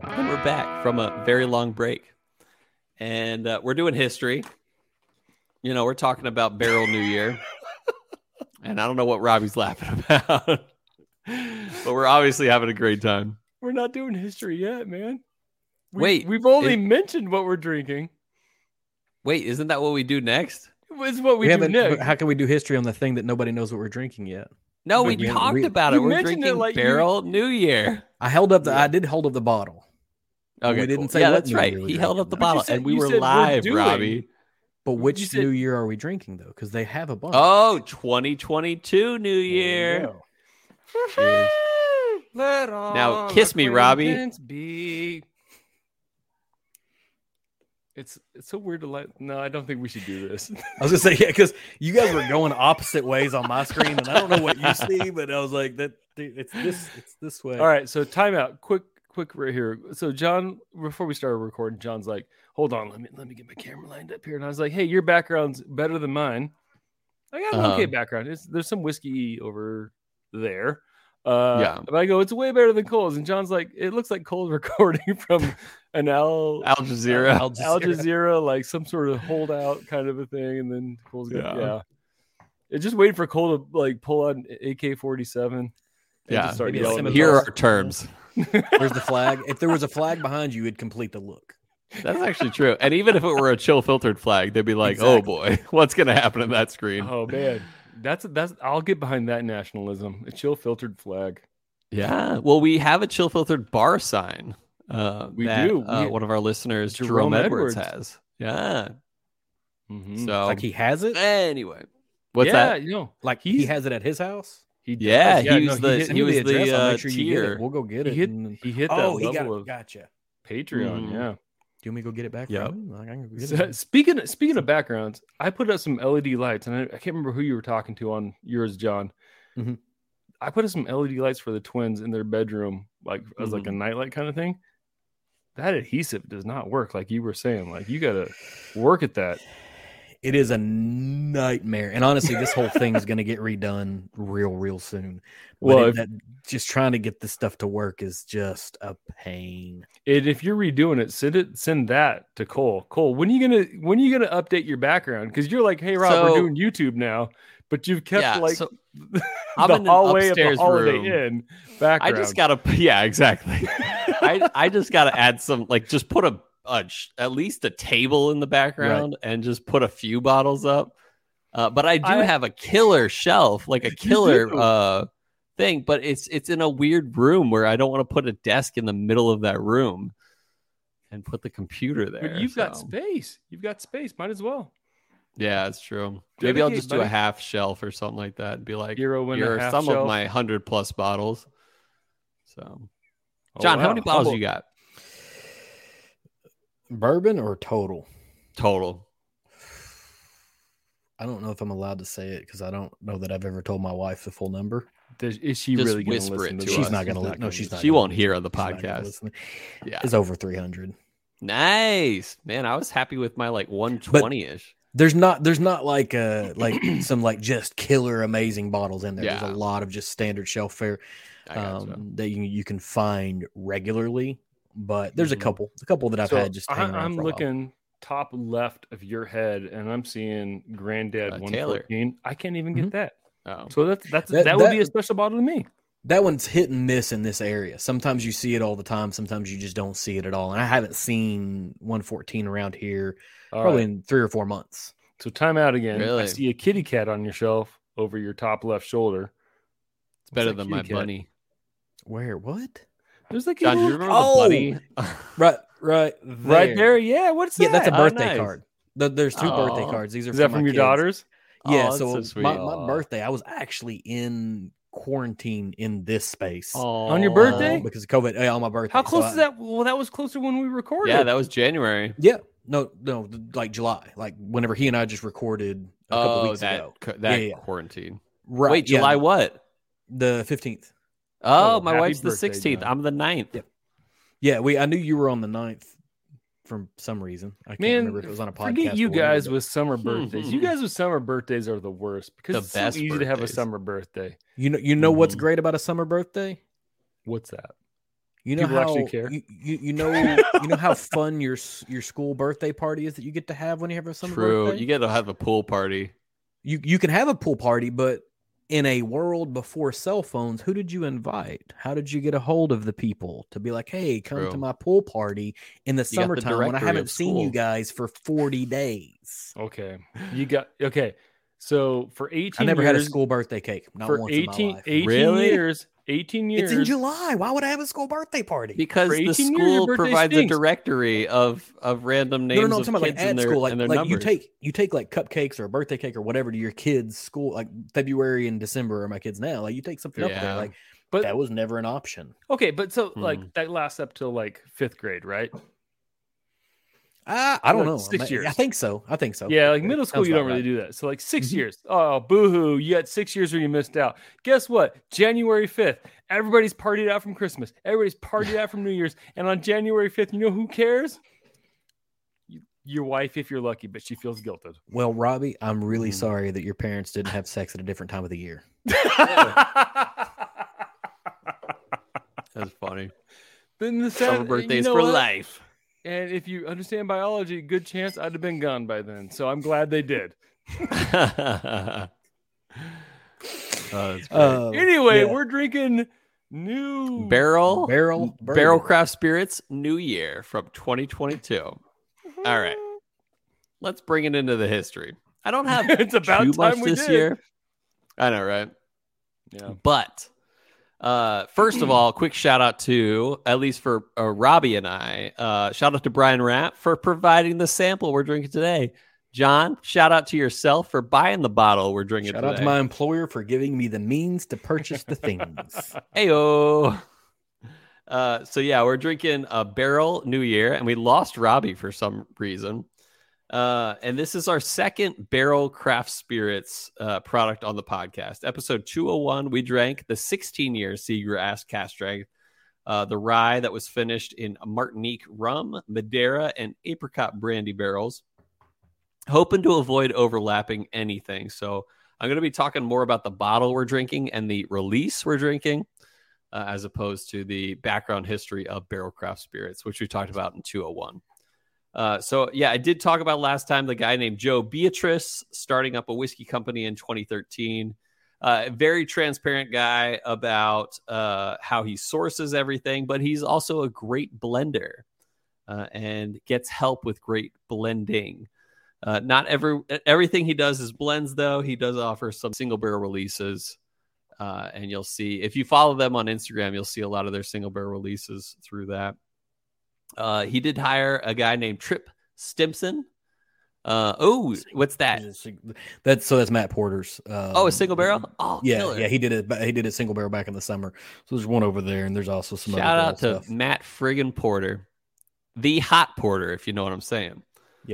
B: And we're back from a very long break. And uh, we're doing history. You know, we're talking about Barrel New Year. and I don't know what Robbie's laughing about, but we're obviously having a great time.
A: We're not doing history yet, man. We,
B: Wait,
A: we've only
B: is-
A: mentioned what we're drinking.
B: Wait, isn't that what we do next?
A: It's what we,
C: We,
A: do
C: haven't.
A: next.
C: How can we do history on the thing that nobody knows what we're drinking yet?
B: No,
C: But
B: we
C: we haven't
B: talked
C: re-
B: about
A: You
B: it. We're
A: mentioned it
B: drinking
A: like you-
B: Barrel New Year.
C: I held up the.
A: Yeah.
C: I did hold up the bottle.
B: Okay,
C: didn't
B: cool.
C: say
B: yeah,
C: what
B: that's
C: New
B: right.
C: Year we're
B: He held
C: drinking,
B: up the
C: though.
A: But you
B: bottle,
A: said-
B: and we
A: you
B: were
A: said we're
B: live,
A: doing.
B: Robbie.
C: But which
A: You said-
C: new year are we drinking though? Because they have a bunch.
B: Oh, 2022 New
A: There you
B: Year.
A: go.
B: Cheers.
A: Let
B: Now,
A: all
B: kiss me, Robbie.
A: acquaintance Be. It's it's so weird to let. No, I don't think we should do this.
C: I was gonna say yeah, because you guys were going opposite ways on my screen, and I don't know what you see, but I was like that. dude, It's this. It's this way.
A: All right, so timeout. Quick, quick, right here. So John, before we started recording, John's like, "Hold on, let me let me get my camera lined up here." And I was like, "Hey, your background's better than mine. I got an okay
B: Um,
A: background. It's, there's some whiskey over there." Uh,
B: Yeah.
A: But I go, "It's way better than Cole's." And John's like, "It looks like Cole's recording from an Al
B: Al Jazeera.
C: Al
A: Al
C: Jazeera.
A: Jazeera, like some sort of holdout kind of a thing." And then Cole's going,
B: Yeah.
A: "Yeah." yeah. It just waiting for Cole to like pull out an AK-47. and
B: Yeah.
A: just start
C: Maybe a
A: yelling at
C: Simmental.
A: us.
B: Here are our terms.
C: Where's the flag? If there was a flag behind you, it'd complete the look.
B: That's actually true. And even if it were a chill filtered flag, they'd be like, "Oh
C: Exactly.
B: boy, what's going to happen in that screen?"
A: Oh man, that's that's. I'll get behind that nationalism. A chill filtered flag.
B: Yeah. Well, we have a chill filtered bar sign. Uh,
A: We
B: that,
A: do.
B: Uh,
A: We-
B: one of our listeners, Jerome,
A: Jerome
B: Edwards,
A: Edwards.
B: has. Yeah.
A: Mhm.
B: So
C: like he has it.
B: anyway, what's
A: yeah,
B: that?
A: You know,
C: Like he
A: he's-
C: has it at his house.
A: he does.
B: Yeah, he
A: no,
B: was the
A: hit-
B: he,
C: Send me
B: was the,
C: address, I'll
B: uh,
C: make sure you get it.
B: tier.
C: We'll go get it.
A: He hit-
C: and-
A: he hit that
C: oh, he
A: level
C: got
A: of
C: gotcha.
A: Patreon.
B: Mhm.
A: Yeah.
C: Do you want me to go get it back?
B: Yep.
C: from him? Like, I can go get it.
A: So, speaking of, speaking of backgrounds, I put up some LED lights, and I, I can't remember who you were talking to on yours, John.
C: Mhm.
A: I put up some LED lights for the twins in their bedroom, like as like a nightlight kind of thing. That adhesive does not work, like you were saying. Like you gotta work at that.
C: It is a nightmare, and honestly, this whole thing is going to get redone real, real soon. But
A: Well,
C: it-
A: if-
C: that, just trying to get this stuff to work is just a pain.
A: And if you're redoing it, send it send that to Cole. Cole, when are you gonna when are you gonna update your background? Because you're like, hey Rob,
B: So-
A: we're doing YouTube now, but you've kept
B: Yeah,
A: like
B: so
A: the
B: I'm in an
A: hallway of the
B: upstairs
A: Holiday
B: room.
A: Inn background.
B: I just gotta, yeah, exactly. I, I just gotta add some, like, just put a, a sh- at least a table in the background and just put a few bottles up. Uh, but I do
A: I-
B: have a killer shelf, like a killer
A: do.
B: uh, thing. But it's it's in a weird room where I don't want to put a desk in the middle of that room and put the computer there.
A: but you've got
B: so-
A: space. You've got space. Might as well.
B: yeah, it's true. Maybe I'll
A: Dedicate,
B: just do a
A: buddy.
B: half shelf or something like that and be like, here,
A: Euro win a
B: are
A: half
B: some
A: shelf.
B: of my hundred plus bottles. So,
A: Oh,
B: John, how
A: wow.
B: many bottles you got?
C: Bourbon or total?
B: total.
C: I don't know if I'm allowed to say it because I don't know that I've ever told my wife the full number.
A: Does- Is she
B: Just
A: really gonna
B: whisper
A: listen
B: it
A: to
B: to
A: this?
C: she's
B: us.
C: not going to. No,
A: gonna
C: she's not.
B: She
C: gonna
B: won't
C: li-
B: hear on the
C: she's not gonna
B: podcast.
C: listen.
B: Yeah.
C: It's over 300.
B: Nice. Man, I was happy with my like 120 ish.
C: There's not. There's not like uh like some like just killer amazing bottles in there. There's
B: Yeah.
C: a lot of just standard shelf fare.
B: I gotcha.
C: um, that you, you can find regularly. But there's
B: Mhm.
C: a couple, a couple that I've
A: Mm-hmm. So
C: had just.
A: I,
C: hanging around
A: I'm
C: for a while.
A: looking top left of your head, and I'm seeing Granddad
B: Uh, Taylor.
A: 114. I can't even get
C: Mhm.
A: that.
B: Oh.
A: So that's that's that,
C: That-
A: would
C: that-
A: be a special bottle to me.
C: That one's hit and miss in this area. Sometimes you see it all the time. Sometimes you just don't see it at all. And I haven't seen 114 around here
A: All
C: probably
A: right.
C: in three or four months.
A: So time out again. I
B: Really?
A: see a kitty cat on your shelf over your top left shoulder.
B: It's better
A: that
B: than
A: kitty
B: my
A: cat?
B: bunny.
C: Where? What?
A: There's like a
B: John, do you
A: little-
B: remember
C: Oh!
B: the bunny?
C: Right, right, there.
A: right there. Yeah, what's
C: Yeah, that's a
A: that?
B: Oh,
C: birthday
B: nice.
C: card. Th- There's two birthday
B: Aw.
C: cards. These are
A: Is that
C: for my
A: from your
C: kids.
A: daughters?
C: Yeah.
B: Aw, that's
C: so,
B: so sweet.
C: My, my
A: Aw.
C: birthday, I was actually in quarantine in this space.
A: On your
B: Aw.
A: birthday?
C: Uh, because of COVID. Yeah, on my birthday.
A: How
C: So
A: close
C: I-
A: is that? Well, that was closer when we recorded.
B: Yeah, that was January.
C: Yeah. No, no, th- like July, like whenever he and I just recorded a couple
B: Oh,
C: weeks
B: that
C: ago.
B: cu- that
C: Yeah, yeah.
B: quarantine.
C: Right.
B: Wait,
C: yeah,
B: July what?
C: the fifteenth.
B: Oh,
A: Oh,
B: my
A: happy
B: wife's the
A: birthday,
B: 16th.
A: John.
B: I'm the 9th.
C: Yep. Yeah, we. I knew you were on the 9th from some reason. I can't
A: Man,
C: remember if it was on a podcast.
A: Forget you
C: or whatever,
A: guys
C: but-
A: with summer birthdays.
C: hmm,
A: you guys with summer birthdays are the worst because
B: The
A: it's so
B: best
A: easy to have a
B: birthdays.
A: summer birthday.
C: You know. You know what's
B: Mhm.
C: great about a summer birthday?
A: What's that?
C: You know
A: People
C: how
A: actually care.
C: You, you you know you know how fun your s- your school birthday party is that you get to have when you have a summer
B: True.
C: birthday.
B: You got to have a pool party.
C: you you can have a pool party, but in a world before cell phones, who did you invite? How did you get a hold of the people to be like, "Hey, come
B: True.
C: to my pool party in the
B: You got the
C: summertime when I
B: directory
C: haven't
B: of
C: seen you
B: school."
C: guys for 40 days?"
A: Okay, you got okay. So for eighteen,
C: I never had a
A: years-
C: school birthday cake, not
A: for
C: once in my
A: 18,
C: life.
A: 18
B: Really?
A: years. 18 years.
C: It's in July. Why would I have a school birthday party?
B: because
A: For
B: the
A: 18 years, your
B: school
A: birthday
B: provides a
A: stinks.
B: directory of of random names
C: no, no, no. I'm
B: of
C: talking about like
B: kids
C: at
B: and their,
C: school, like,
B: and their
C: like
B: numbers.
C: you take you take like cupcakes or a birthday cake or whatever to your kids' school, like February and December are my kids now. Like you take something up there,
B: Yeah.
C: like
A: But-
C: but that was never an option.
A: Okay, but so
B: Hmm.
A: like that lasts up till like fifth grade, right?
C: Uh, I don't
A: Like
C: know.
A: six
C: I,
A: years.
C: I think so. I think so.
A: Yeah, like middle
C: Sounds
A: school, you don't
C: about
A: really do
C: right.
A: that. So like 6
B: Mm-hmm.
C: Mhm.
A: years. Oh, boohoo! You got six years where you missed out. Guess what? January fifth, everybody's partied out from Christmas. Everybody's partied out from New Year's, and on January fifth, you know who cares? You- Your wife, if you're lucky, but she feels guilted.
C: Well, Robbie, I'm really
B: Mhm.
C: sorry that your parents didn't have sex at a different time of the year.
B: That's funny.
A: then the sad,
B: Summer birthdays
A: you know
B: for
A: what?
B: life.
A: And if you understand biology, good chance I'd have been gone by then. So I'm glad they did.
B: oh, that's great.
C: Uh,
A: Anyway,
C: yeah.
A: we're drinking new
B: barrel
C: barrel
B: barrel
C: bourbon.
B: craft spirits new year from 2022. All right, let's bring it into the history. I don't have
A: it's about
B: too
A: time
B: much
A: we
B: this
A: did.
B: year. I know, right?
A: Yeah.
B: But uh, first of all, quick shout out to at least for uh, Robbie and I. Uh, shout out to Brian Rapp for providing the sample we're drinking today. John, shout out to yourself for buying the bottle we're drinking
C: Shout
B: today.
C: out to my employer for giving me the means to purchase the things.
B: Heyo. Uh, so yeah, we're drinking a barrel New Year, and we lost Robbie for some reason. Uh, and this is our second barrel craft spirits uh, product on the podcast. Episode 201, we drank the 16 year Seagrass Ass Cast Strength, uh, the rye that was finished in Martinique rum, Madeira, and apricot brandy barrels, hoping to avoid overlapping anything. So I'm going to be talking more about the bottle we're drinking and the release we're drinking, uh, as opposed to the background history of barrel craft spirits, which we talked about in 201. Uh, so, yeah, I did talk about last time the guy named Joe Beatrice starting up a whiskey company in 2013. Uh, very transparent guy about uh, how he sources everything, but he's also a great blender uh, and gets help with great blending. Uh, not every everything he does is blends, though. He does offer some single barrel releases, uh, and you'll see if you follow them on Instagram, you'll see a lot of their single barrel releases through that. Uh, he did hire a guy named Trip Stimson. Uh, oh, what's that?
C: That's so. That's Matt Porter's. Um,
B: Oh, a single barrel. Oh,
C: Yeah,
B: killer.
C: yeah. He did it. He did a single barrel back in the summer. So there's one over there, and there's also some.
B: Shout
C: other
B: out
C: barrel
B: to
C: stuff.
B: Matt Friggin Porter, the hot porter, if you know what I'm saying. Uh,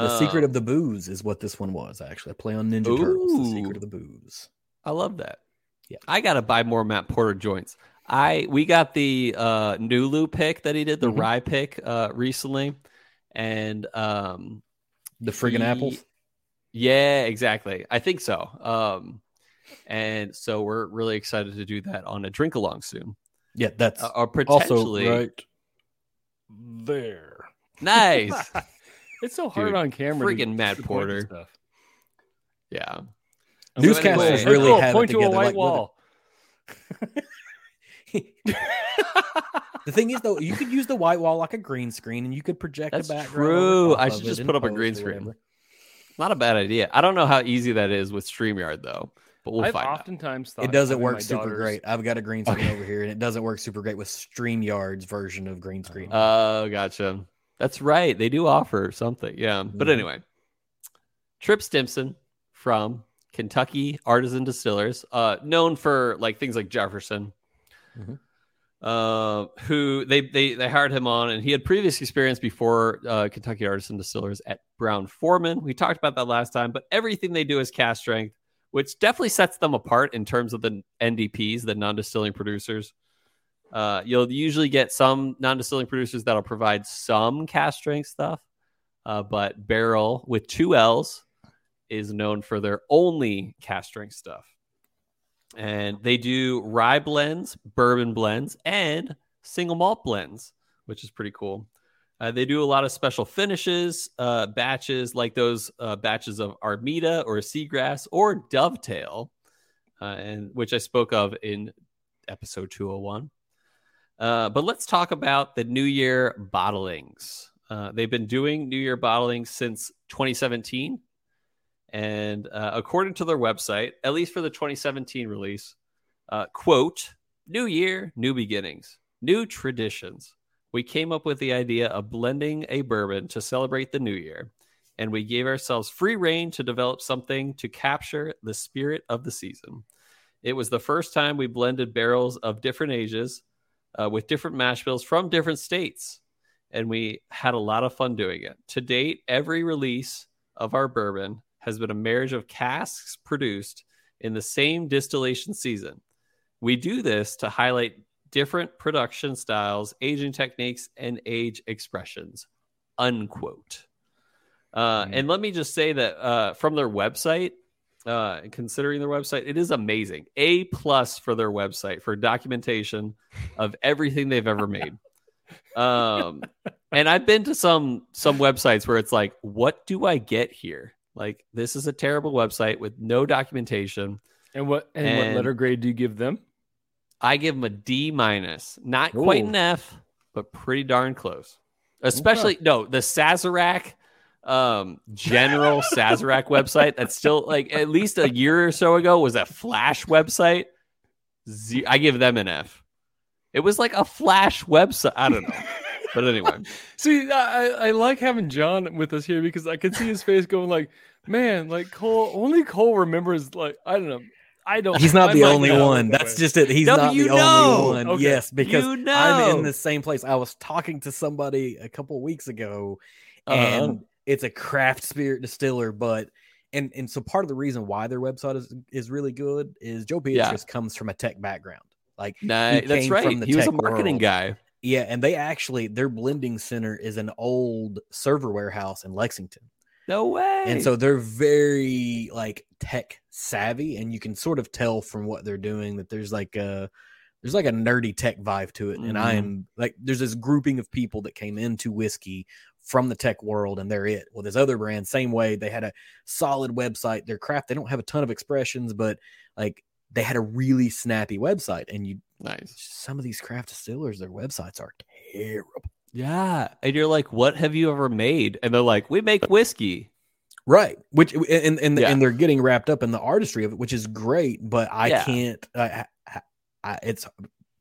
C: Yep. The secret of the booze is what this one was actually. I play on Ninja Turtles. The secret
B: Ooh.
C: of the booze.
B: I love that.
C: Yeah.
B: I gotta buy more Matt Porter joints. I we got the uh Nulu pick that he did, the
C: Mhm.
B: rye pick uh recently. And um
C: The friggin'
B: He-
C: apples.
B: yeah, exactly. I think so. Um and so we're really excited to do that on a drink along soon.
C: Yeah, that's
B: Uh, or
C: also
B: potentially
C: right there.
B: nice.
A: It's so hard
B: Dude,
A: on camera. to
B: friggin' Matt
A: just point to
B: Porter.
A: Stuff.
B: yeah.
C: Newscasters
B: anyway-
C: really
A: Oh,
C: have
A: point
C: it
A: to a
C: together.
A: white
C: like, look
A: wall.
C: at- the thing is, though, you could use the white wall like a green screen, and you could project.
B: That's
C: the background
B: true.
C: on top
B: I
C: of
B: should
C: it
B: just
C: and
B: put up a
C: pose
B: green
C: or
B: screen.
C: whatever.
B: Not a bad idea. I don't know how easy that is with StreamYard though, but we'll
A: I've
B: find out.
A: oftentimes thought
C: it doesn't
A: about my
C: work super
A: daughter's-
C: great. I've got a green screen
B: Okay.
C: over here, and it doesn't work super great with StreamYard's version of green screen.
B: Oh, gotcha. That's right. They do offer something. Yeah. But
C: Mhm.
B: anyway, Trip Stimson from Kentucky Artisan Distillers, uh, known for like things like Jefferson,
C: Mhm.
B: uh, who they, they they hired him on, and he had previous experience before uh, Kentucky Artisan Distillers at Brown Foreman. We talked about that last time, but everything they do is cast strength, which definitely sets them apart in terms of the NDPs, the non distilling producers. Uh, you'll usually get some non-distilling producers that'll provide some cast strength stuff, uh, but Barrel with two L's is known for their only cast strength stuff, and they do rye blends, bourbon blends, and single malt blends, which is pretty cool. Uh, they do a lot of special finishes, uh, batches like those uh, batches of Armida or Seagrass or Dovetail, uh, and which I spoke of in episode 201. Uh, but let's talk about the New Year bottlings. Uh, they've been doing New Year bottlings since 2017. And uh, according to their website, at least for the 2017 release, uh, quote, New year, new beginnings, new traditions. We came up with the idea of blending a bourbon to celebrate the new year, and we gave ourselves free reign to develop something to capture the spirit of the season. It was the first time we blended barrels of different ages uh, with different mash bills from different states, and we had a lot of fun doing it. To date, every release of our bourbon has been a marriage of casks produced in the same distillation season. We do this to highlight different production styles, aging techniques, and age expressions. Unquote. Uh, And let me just say that uh, from their website, uh, considering their website, it is amazing. A plus for their website for documentation of everything they've ever made. Um, and I've been to some some websites where it's like, what do I get here? Like this is a terrible website with no documentation.
A: And what and, what
B: And-
A: letter grade do you give them?
B: I give them a D minus. Not quite
A: Ooh.
B: an F, but pretty darn close. Especially no, the Sazerac um general Sazerac website that's still like at least a year or so ago was a flash website. Ze- I give them an F. It was like a flash website. I don't know. But anyway,
A: See, I, I- I like having John with us here because I can see his face going like, man, like Cole. Only Cole remembers. Like I don't know. I don't.
C: He's not
A: I
C: the
A: might
C: only
A: not know
C: one.
A: that
C: That's
A: way.
C: just it. He's
B: No, but
C: not
B: you
C: the
B: know.
C: only one.
A: Okay.
C: Yes, because
B: you know
C: I'm in the same place. I was talking to somebody a couple weeks ago, and
B: Uh-huh.
C: it's a craft spirit distiller. But and and so part of the reason why their website is is really good is Joe
B: Yeah.
C: Beatrice comes from a tech background. Like
B: Nah,
C: he
B: that's
C: came
B: right.
C: from the
B: He was a
C: tech
B: marketing
C: world.
B: guy.
C: yeah, and they actually their blending center is an old server warehouse in Lexington.
B: No way.
C: And so they're very like tech savvy, and you can sort of tell from what they're doing that there's like a there's like a nerdy tech vibe to it. And I
B: Mhm.
C: am like there's this grouping of people that came into whiskey from the tech world, and they're it. Well, this other brand, same way, they had a solid website. Their crap, they don't have a ton of expressions, but like they had a really snappy website. And you
B: nice.
C: some of these craft distillers, their websites are terrible.
B: Yeah. And you're like, what have you ever made? And they're like, we make whiskey.
C: right which and and,
B: Yeah.
C: and they're getting wrapped up in the artistry of it which is great but i
B: Yeah.
C: can't I, I, I it's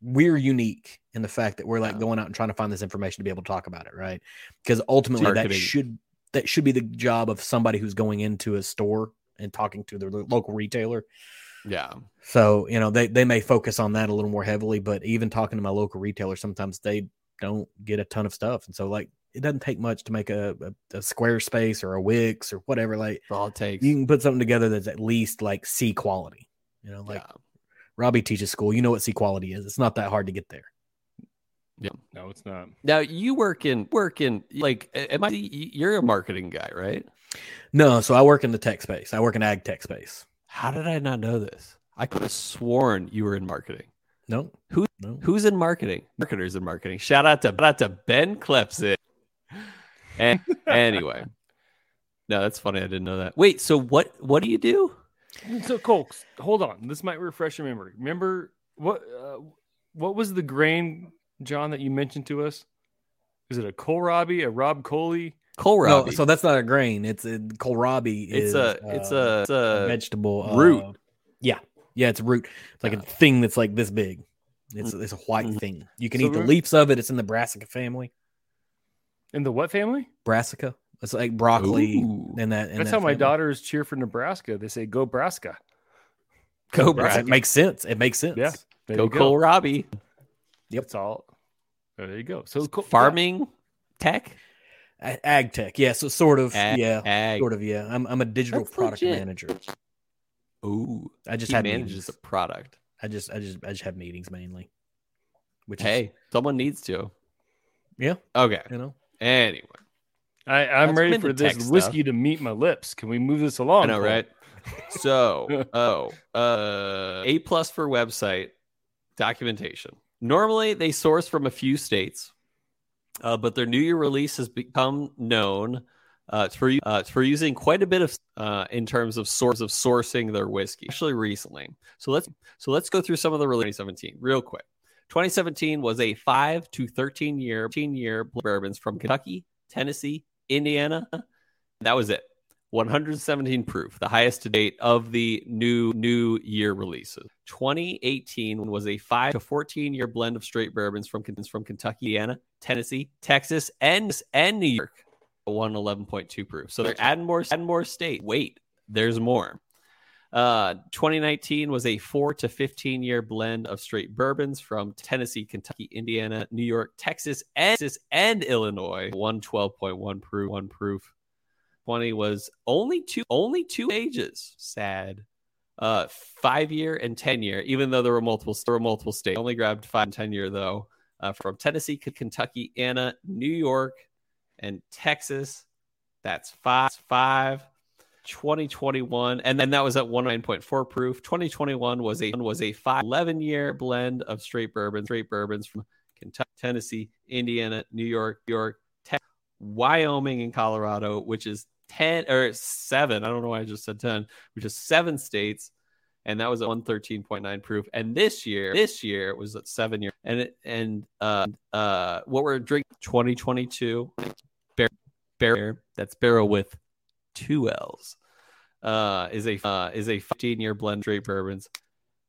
C: we're unique in the fact that we're like
B: Yeah.
C: going out and trying to find this information to be able to talk about it right because ultimately that
B: Marketing.
C: should that should be the job of somebody who's going into a store and talking to their lo- local retailer
B: Yeah.
C: so you know they they may focus on that a little more heavily but even talking to my local retailer sometimes they don't get a ton of stuff and so like it doesn't take much to make a, a, a squarespace or a wix or whatever like
B: That's all it takes.
C: you can put something together that's at least like C quality. You know, like Robbie teaches school. You know what C quality is. It's not that hard to get there.
A: No, it's not.
B: Now you work in work in like a- am I you're a marketing guy, right?
C: No, so I work in the tech space. I work in ag tech space.
B: How did I not know this? I could have sworn you were in marketing.
C: No.
B: Who-
C: No.
B: Who's in marketing? Marketers in marketing. Shout out to shout out to Ben Klepsit. And anyway. No, that's funny. I didn't know that. Wait, so what what do you do?
A: So Cole, s- hold on. This might refresh your memory. Remember what uh, what was the grain, John, that you mentioned to us? Is it a Kohlrabi, a Rob Coley?
B: Kohlrabi.
C: No, so that's not a grain. It's a kohlrabi.
B: it's
C: is,
B: a it's
C: uh,
B: a it's a
C: vegetable uh,
B: root.
C: yeah, yeah, it's a root. It's like
B: Yeah. Mm-hmm.
C: a thing that's like this big. It's it's a white thing. You can
A: So
C: eat the
A: we're-
C: leaves of it. It's in the brassica family.
A: In the what family?
C: Brassica. It's like broccoli.
B: Ooh.
C: And that. in
A: That's
C: that
A: how my
C: family.
A: daughters cheer for Nebraska. They say "Go Braska."
B: Go
A: Brassica.
C: It makes sense. It makes sense.
A: Yeah. There
B: Go
A: you
B: Kohlrabi.
C: Yep.
A: That's all. There you go. So Cole,
B: Farming tech.
C: A- ag tech yeah so sort of
B: Ag-
C: yeah
B: Ag.
C: sort of yeah i'm, I'm a digital
B: That's
C: product
B: legit.
C: manager
B: Ooh.
C: i just
B: he
C: have
B: manages
C: meetings
B: a product.
C: i just i just i just have meetings mainly which is,
B: Hey, someone needs to.
C: Yeah.
B: Okay.
C: you know
B: Anyway,
A: I, I'm
B: That's
A: ready
B: been the
A: for this
B: tech stuff.
A: whiskey to meet my lips. Can we move this along?
B: I know,
A: Cole?
B: right? So, oh, uh, a plus for website documentation. Normally, they source from a few states, uh, but their New Year release has become known uh, for uh, for using quite a bit of uh, in terms of source of sourcing their whiskey, especially recently. So let's so let's go through some of the release 2017 real quick. 2017 was a five to 13 year 13 year bourbons from Kentucky, Tennessee, Indiana. That was it. 117 proof, the highest to date of the new new year releases. 2018 was a 5 to 14 year blend of straight bourbons from from Kentucky, Indiana, Tennessee, Texas, and and New York. 111.2 proof. So they're adding more adding more state. Wait, there's more. Uh, 2019 was a 4 to 15 year blend of straight bourbons from Tennessee, Kentucky, Indiana, New York, Texas, and, Texas, and Illinois. 112.1 proof, 1 proof. 20 was only two only two ages. Sad. Uh, 5 year and 10 year, even though there were multiple there were multiple states. Only grabbed 5 and 10 year though. Uh, from Tennessee, Kentucky, Indiana, New York, and Texas. That's 5 5 2021 and then that was at 109.4 proof 2021 was a was a 5 11 year blend of straight bourbon straight bourbons from kentucky tennessee indiana new york new york Texas, wyoming and colorado which is 10 or 7 i don't know why i just said 10 which is seven states and that was at 113.9 proof and this year this year it was at seven year and it, and uh uh what we're drinking 2022 bear bear that's barrel with two L's. Uh, is a uh, is a 15 year blend straight bourbons.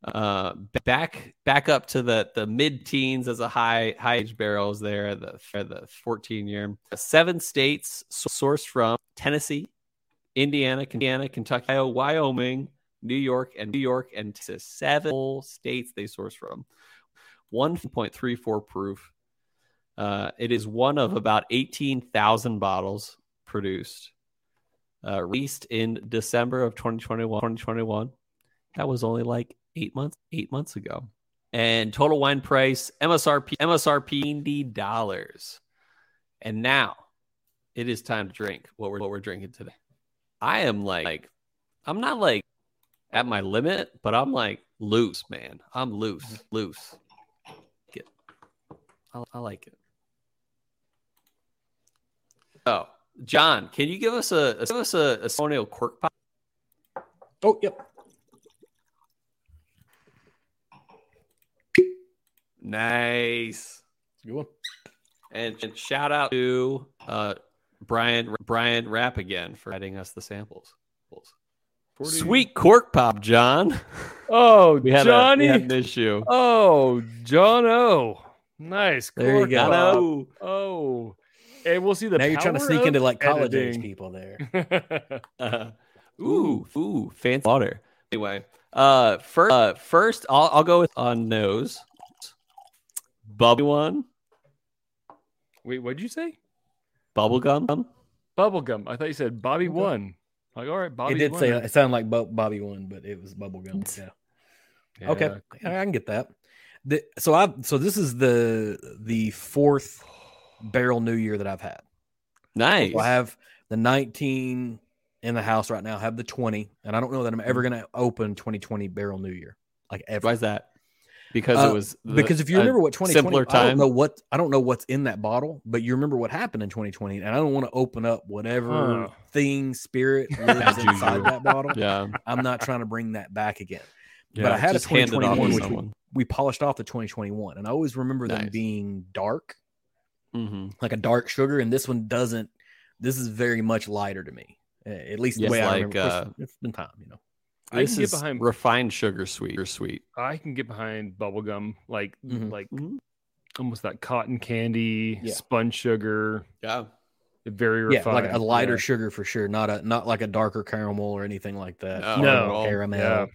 B: Uh, back back up to the the mid teens as a high high age barrels there the the 14 year seven states sourced from Tennessee, Indiana, Indiana, Kentucky, Ohio, Wyoming, New York, and New York and Texas. Seven whole states they source from. 1.34 proof. Uh, it is one of about 18,000 bottles produced uh, released in December of 2021. 2021. That was only like eight months, eight months ago. And total wine price MSRP MSRP ninety dollars. And now it is time to drink what we're what we're drinking today. I am like, like I'm not like at my limit, but I'm like loose, man. I'm loose, loose. Get, I, I like it. Oh, John, can you give us a, a give us a, a ceremonial quirk pop?
C: Oh, yep.
B: Nice.
C: It's a good one.
B: And, and shout out to uh, Brian Brian Rapp again for adding us the samples.
A: 40.
B: Sweet cork pop, John.
A: Oh,
B: We had, a,
A: Johnny.
B: we had an issue.
A: Oh, John O. Nice.
C: There you
A: cork
C: go.
A: pop.
B: Oh,
A: Oh, and we'll see the.
C: now you're trying to
A: power
C: sneak into
A: of
C: like college age
A: editing.
C: people there.
B: Uh, ooh, ooh, fancy water. Anyway, uh, first, uh, first, I'll, I'll go with on nose, bubble one,
A: Wait, what'd you say?
B: bubble gum.
A: Bubblegum. I thought you said Bobby won. Like, all right, Bobby.
C: it did
A: won.
C: say uh, it sounded like Bo- Bobby won, but it was bubblegum. Yeah. uh, Okay,
A: Yeah.
C: I I can get that. The, so I so this is the the fourth barrel New Year that I've had.
B: Nice.
C: So I have the 19 in the house right now. I have the 20, and I don't know that I'm ever going to open 2020 barrel New Year like ever.
B: Mm-hmm. Why is that? Because
C: Uh,
B: it was the-
C: because if you
B: a
C: remember what 2020,
B: simpler
C: I
B: time.
C: don't know what I don't know what's in that bottle, but you remember what happened in 2020, and I don't want to open up whatever
A: Huh.
C: thing spirit
B: Bad
C: lives
B: juju.
C: inside that bottle.
B: yeah,
C: I'm not trying to bring that back again.
B: yeah,
C: but I had a
B: just hand it off to
C: 2021, which we,
B: someone.
C: we polished off the 2021, and I always remember them
B: Nice.
C: being dark,
B: Mhm.
C: like a dark sugar, and this one doesn't. This is very much lighter to me, a- at least the
B: Yes,
C: way I
B: like,
C: remember.
B: uh,
C: it it's been time, you know.
A: I
B: This
A: can get
B: is
A: behind-
B: refined sugar sweet or sweet.
A: I can get behind bubblegum, like
C: Mhm.
A: like
B: Mhm.
A: almost that cotton candy,
C: Yeah.
A: sponge sugar,
B: Yeah,
A: very
C: Yeah,
A: refined.
C: like a lighter sugar for sure, not a not like a darker caramel or anything like that.
B: No,
C: or
A: not at
B: all.
C: caramel,
A: Yeah.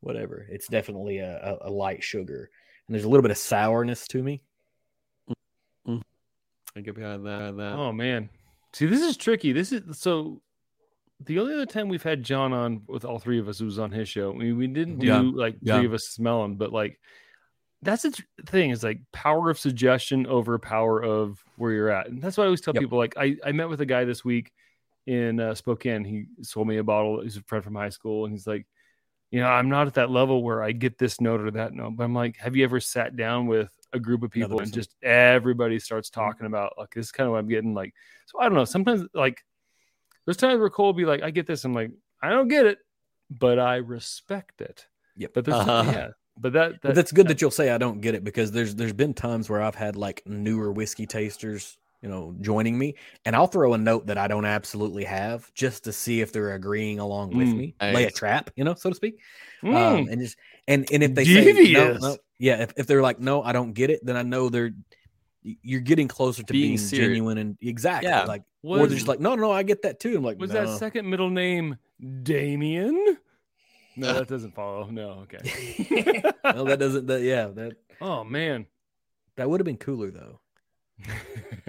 C: whatever. It's definitely a, a, a light sugar, and there's a little bit of sourness to me.
B: I get behind that. behind that.
A: Oh man, see, this is tricky. This is so. The only other time we've had John on with all three of us, it was on his show. I mean, we didn't do
B: Yeah.
A: like
B: Yeah.
A: three of us smelling, but like that's the tr- thing is like power of suggestion over power of where you're at, and that's why I always tell
C: Yep.
A: people. Like, I I met with a guy this week in uh, Spokane. He sold me a bottle. He's a friend from high school, and he's like, you know, I'm not at that level where I get this note or that note, but I'm like, have you ever sat down with a group of people and
C: person. Mm-hmm.
A: just everybody starts talking about like this is kind of what I'm getting like. So I don't know. Sometimes like there's times where Cole will be like, I get this. I'm like, I don't get it, but I respect it.
C: Yep.
A: But there's
B: Uh-huh.
A: yeah. But that,
C: But
A: that
C: that's good that you'll say I don't get it because there's there's been times where I've had like newer whiskey tasters you know, joining me, and I'll throw a note that I don't absolutely have just to see if they're agreeing along with
A: Mm,
C: me, lay a
B: nice.
C: trap, you know, so to speak.
A: Mm.
C: Um, and just and and if they say no,
A: Devious.
C: no, yeah, if, if they're like no, I don't get it, then I know they're you're getting closer to
B: Being
C: being,
B: serious.
C: genuine and exactly
B: Yeah.
C: like or
A: was
C: they're just like no, no, no, I get that too. I'm like
A: was
C: "No."
A: that second middle name Damien? No, that doesn't follow. No, okay.
C: no, that doesn't. That, yeah, that
A: oh man.
C: that would have been cooler though.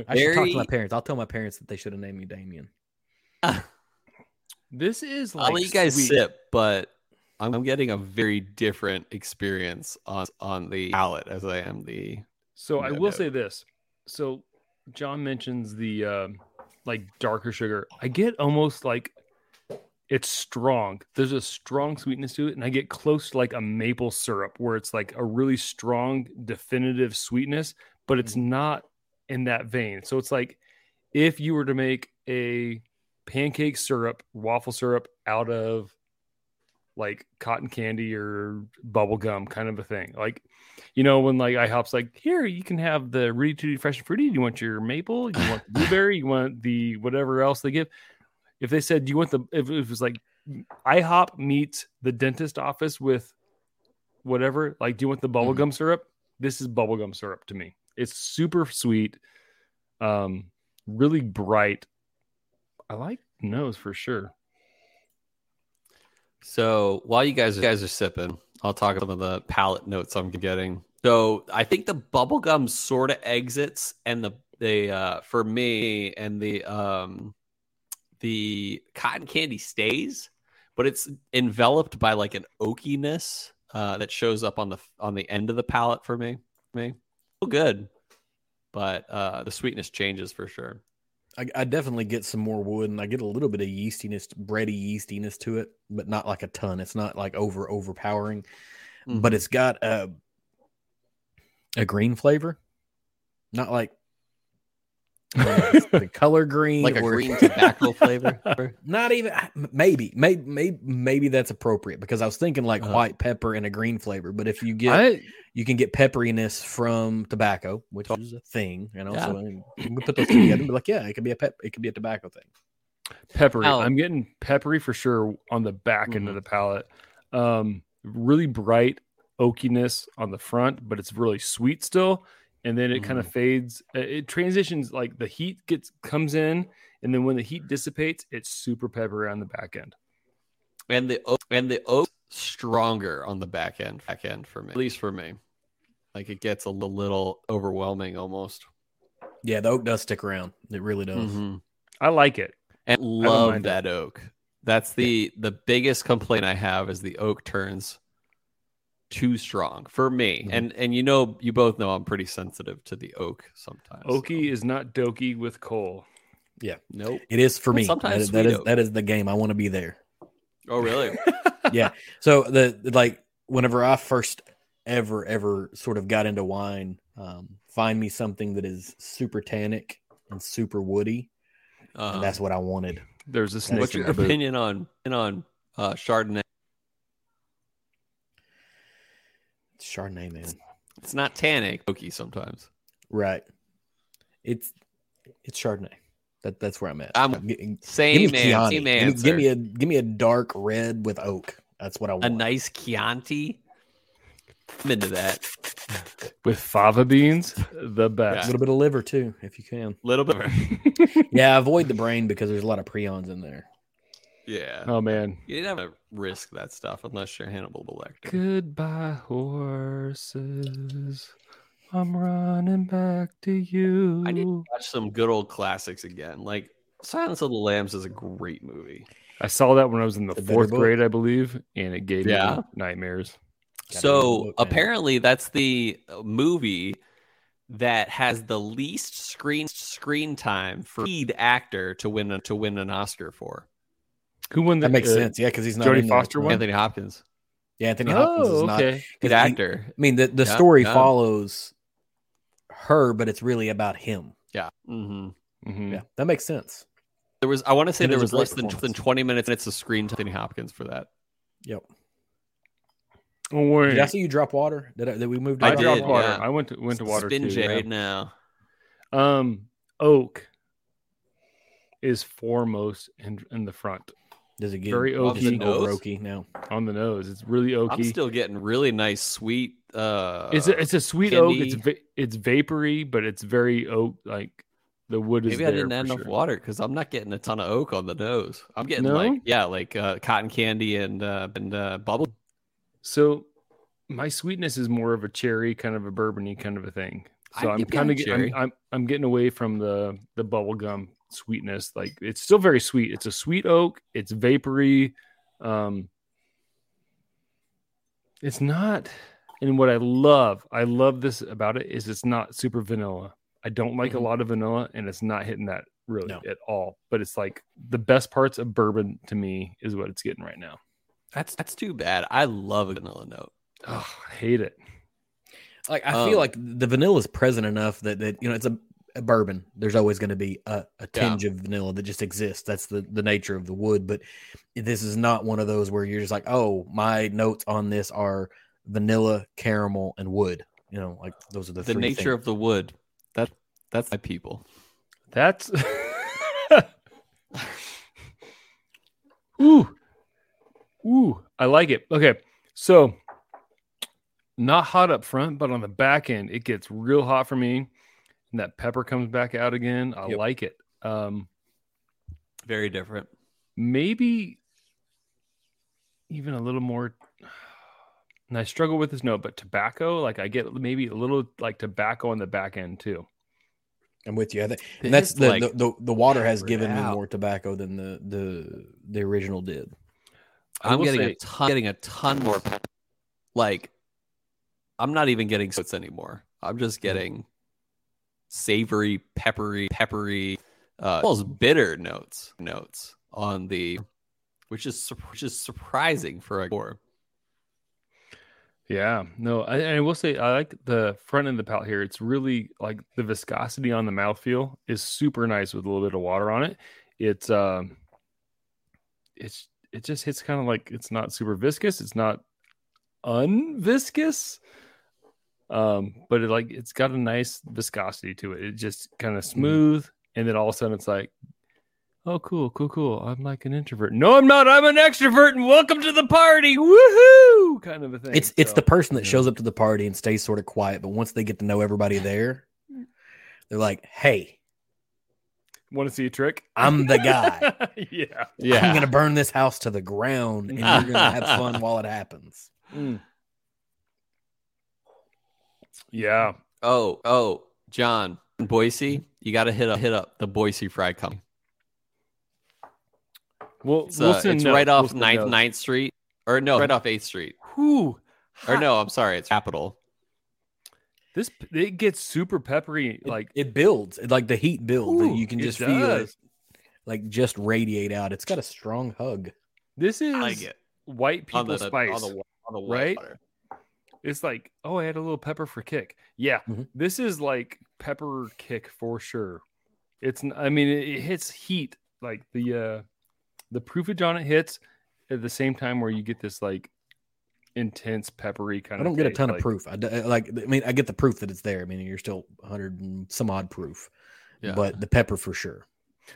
C: I should talk to my
B: Very-
C: parents. I'll tell my parents that they should have named me Damien.
A: This is like
B: I'll let you guys
A: sweet.
B: sip, but I'm I'm getting a very different experience on on the palate as I am the
A: So I
B: No
A: will
B: doubt.
A: say this. So John mentions the um, like darker sugar. I get almost like it's strong. There's a strong sweetness to it, and I get close to like a maple syrup where it's like a really strong, definitive sweetness, but it's not in that vein. So it's like if you were to make a pancake syrup, waffle syrup out of like cotton candy or bubble gum kind of a thing. Like, you know, when like IHOP's like, here you can have the Rudy Tooty Fresh and Fruity. Do you want your maple? Do you want the blueberry? you want the whatever else they give? If they said, do you want the, if it was like IHOP meets the dentist office with whatever, like, do you want the bubble
B: Mhm.
A: gum syrup? This is bubble gum syrup to me. It's super sweet, um, really bright. I like nose for sure.
B: So while you guys guys are sipping, I'll talk about some of the palate notes I'm getting. So I think the bubblegum sort of exits and the the uh for me and the um the cotton candy stays, but it's enveloped by like an oakiness uh that shows up on the on the end of the palate for me. Me. Well good. But uh the sweetness changes for sure.
C: I, I definitely get some more wood, and I get a little bit of yeastiness, bready yeastiness to it, but not like a ton. It's not like over overpowering,
B: Hmm.
C: but it's got a a green flavor, not like I don't know, it's the color green,
B: like a
C: or
B: green tobacco flavor.
C: not even I- m- maybe, maybe, maybe, maybe that's appropriate because I was thinking like
B: Uh-huh.
C: white pepper and a green flavor, but if you get
A: I,
C: you can get pepperiness from tobacco, which
B: To-
C: is a thing, you know.
B: Yeah.
C: So I mean, you can put those two together and be like, yeah, it could be a pep, it could be a tobacco thing.
A: peppery.
B: Now-
A: I'm getting peppery for sure on the back end
B: Mhm.
A: of the palate. Um, really bright oakiness on the front, but it's really sweet still. And then it kind
B: Mm-hmm.
A: of fades. Uh, It transitions like the heat gets comes in, and then when the heat dissipates, it's super peppery on the back end.
B: and the oak and the oak stronger on the back end back end for me at least for me like it gets a li- little overwhelming almost
C: Yeah, the oak does stick around. It really does.
B: Mhm.
A: I like it.
B: and love
A: mind it.
B: that oak that's the the biggest complaint i have is the oak turns too strong for me
C: Mhm.
B: and and you know you both know i'm pretty sensitive to the oak sometimes
A: Oaky is not dokey with coal.
B: nope
C: It is for
B: Well,
C: me.
B: sometimes
C: That is-
B: sweet
C: that is
B: oak.
C: that is the game. I want to be there.
B: oh really
C: So the like whenever I first ever ever sort of got into wine, um, find me something that is super tannic and super woody,
B: uh,
C: and that's what I wanted.
A: There's a snake.
B: what's
C: That's
A: in
B: your
A: my boot.
B: opinion on on uh chardonnay
C: It's Chardonnay, man.
B: it's not tannic oaky sometimes
C: Right. It's it's Chardonnay. That that's where I'm at.
B: I'm-
C: G-
B: same
C: give me
B: man,
C: Chianti.
B: same
C: Give me-
B: answer.
C: give, me, a give me a dark red with oak. That's what I want.
B: a nice Chianti. I'm into that.
A: with fava beans, the
C: a
A: best.
C: little bit of liver too, if you can.
B: Little bit.
C: Yeah, avoid the brain because there's a lot of prions in there.
B: yeah.
A: Oh man.
B: You didn't have to risk that stuff unless you're Hannibal Lecter.
A: Goodbye, horses. I'm running back to you.
B: I need to watch some good old classics again. Like Silence of the Lambs is a great movie.
A: I saw that when I was in the
C: It's a better
A: fourth
C: book.
A: grade, I believe, and it gave
B: Yeah.
A: me nightmares.
C: Gotta read the
B: so
C: book, man.
B: apparently that's the uh, movie that has the least screen screen time for lead actor to win a, to win an Oscar for.
A: Who won the?
C: That makes
A: uh,
C: sense. Yeah, because he's not
A: Jodie
C: in there.
A: Foster one?
B: Anthony Hopkins,
C: Yeah, Anthony Hopkins is
A: Oh,
C: not.
A: okay.
C: 'cause
B: good
C: he-
B: actor.
C: I mean, the, the
B: Yeah,
C: story
B: yeah.
C: follows her, but it's really about him.
B: yeah. hmm
A: Mhm.
C: Yeah, that makes sense.
B: There was I want to say
C: And it
B: there
C: was
B: was
C: a
B: less
C: great
B: than than
C: performance.
B: 20 minutes minutes of screen time Anthony Hopkins for that.
C: Yep.
A: Don't worry.
C: Did I see you drop water? Did, I, did we move?
B: I
A: I, Oh, dropped
B: did,
A: water.
B: yeah.
A: I went to went to water
B: Spin
A: too.
B: Jade now.
A: Um. oak is foremost in, in the front
C: Does it get
A: Very
C: is it
A: oaky.
C: over
B: Nose?
C: oaky now?
A: on the nose. It's really
B: I'm
A: oaky.
B: still getting really nice, sweet. Uh,
A: it's a, it's a sweet oak. It's va- it's vapory, but it's very oak like the wood is
B: maybe
A: there.
B: I didn't
A: for
B: add enough
A: sure.
B: water because I'm not getting a ton of oak on the nose. I'm getting
A: No?
B: like yeah, like uh, cotton candy and uh, and uh, bubble.
A: So my sweetness is more of a cherry, kind of a bourbony kind of a thing.
B: I-
A: So I'm
B: you've got
A: kind of getting,
B: cherry.
A: I'm, I'm I'm getting away from the the bubblegum sweetness. Like it's still very sweet. It's a sweet oak. It's vapory. Um, it's not. And what I love, I love this about it is it's not super vanilla. I don't like
C: Mhm.
A: a lot of vanilla, and it's not hitting that really
C: No.
A: at all. But it's like the best parts of bourbon to me is what it's getting right now.
B: That's that's too bad. I love a vanilla note.
A: Oh, I hate it.
C: Like I
B: Um,
C: feel like the vanilla is present enough that that you know it's a, a bourbon. There's always going to be a, a tinge of vanilla that just exists. That's the the nature of the wood. But this is not one of those where you're just like, oh, my notes on this are vanilla, caramel, and wood. You know, like those are the,
B: The
C: three
B: nature
C: things.
B: of the wood. That that's my people.
A: That's ooh, ooh, I like it. Okay, so not hot up front, but on the back end, it gets real hot for me, and that pepper comes back out again. I
C: Yep.
A: like it. Um,
B: Very different.
A: maybe even a little more. And I struggle with this note, but tobacco, like I get maybe a little like tobacco on the back end too.
C: I'm with you. I think
B: It
C: and that's
B: is,
C: the,
B: like,
C: the, the the water has
B: hammered
C: given me
B: out.
C: more tobacco than the the the original did.
A: I
B: I'm
A: will
B: getting
A: say-
B: a ton, getting a ton more. pe- Like, I'm not even getting soats anymore. I'm just
A: Hmm.
B: getting savory, peppery, peppery, uh, almost bitter notes notes on the, which is sur- which is surprising for a core.
A: Yeah, no, I, and I will say I like the front end of the palate here. It's really like the viscosity on the mouthfeel is super nice with a little bit of water on it. It's um, it's it just hits kind of like it's not super viscous. It's not unviscous, um, but it like it's got a nice viscosity to it. It just kind
C: Mm-hmm.
A: of smooth, and then all of a sudden it's like, oh, cool, cool, cool. I'm like an introvert. No, I'm not. I'm an extrovert, and welcome to the party. Woohoo! Kind of a thing.
C: It's it's
A: So-
C: the person that
A: yeah.
C: shows up to the party and stays sort of quiet, but once they get to know everybody there, they're like, "Hey,
A: Want to see a trick?
C: I'm the guy.
A: yeah.
C: I'm gonna burn this house to the ground, and you're gonna have fun while it happens."
B: Mm.
A: Yeah.
B: Oh, oh, John in Boise, you got to hit up hit up the Boise Fry Company.
A: Well,
B: It's, uh,
A: Wilson,
B: it's
A: knows-
B: right off
A: Wilson
B: Ninth
A: knows.
B: Ninth Street, or no, right off Eighth Street,
A: Whew.
B: or no, I'm sorry, it's Capitol.
A: This it gets super peppery.
C: It-
A: like
C: it builds, It- like the heat build that
A: Ooh,
C: you can
A: it
C: just feel it,
A: does.
C: like just radiate out. It's got a strong hug.
A: this is
B: I like it
A: white people
B: on the
A: spice.
B: on the wa- on the
A: right?
B: water.
A: it's like oh, I had a little pepper for kick. Yeah,
C: Mhm.
A: this is like pepper kick for sure. It's n- I mean it, it hits heat like the uh the proofage on it hits at the same time where you get this like intense peppery kind of.
C: I don't get a
A: taste,
C: ton of
A: like-
C: proof. I d- I like, I mean, I get the proof that it's there. I mean, you're still 100 and some odd proof,
B: Yeah.
C: but the pepper for sure.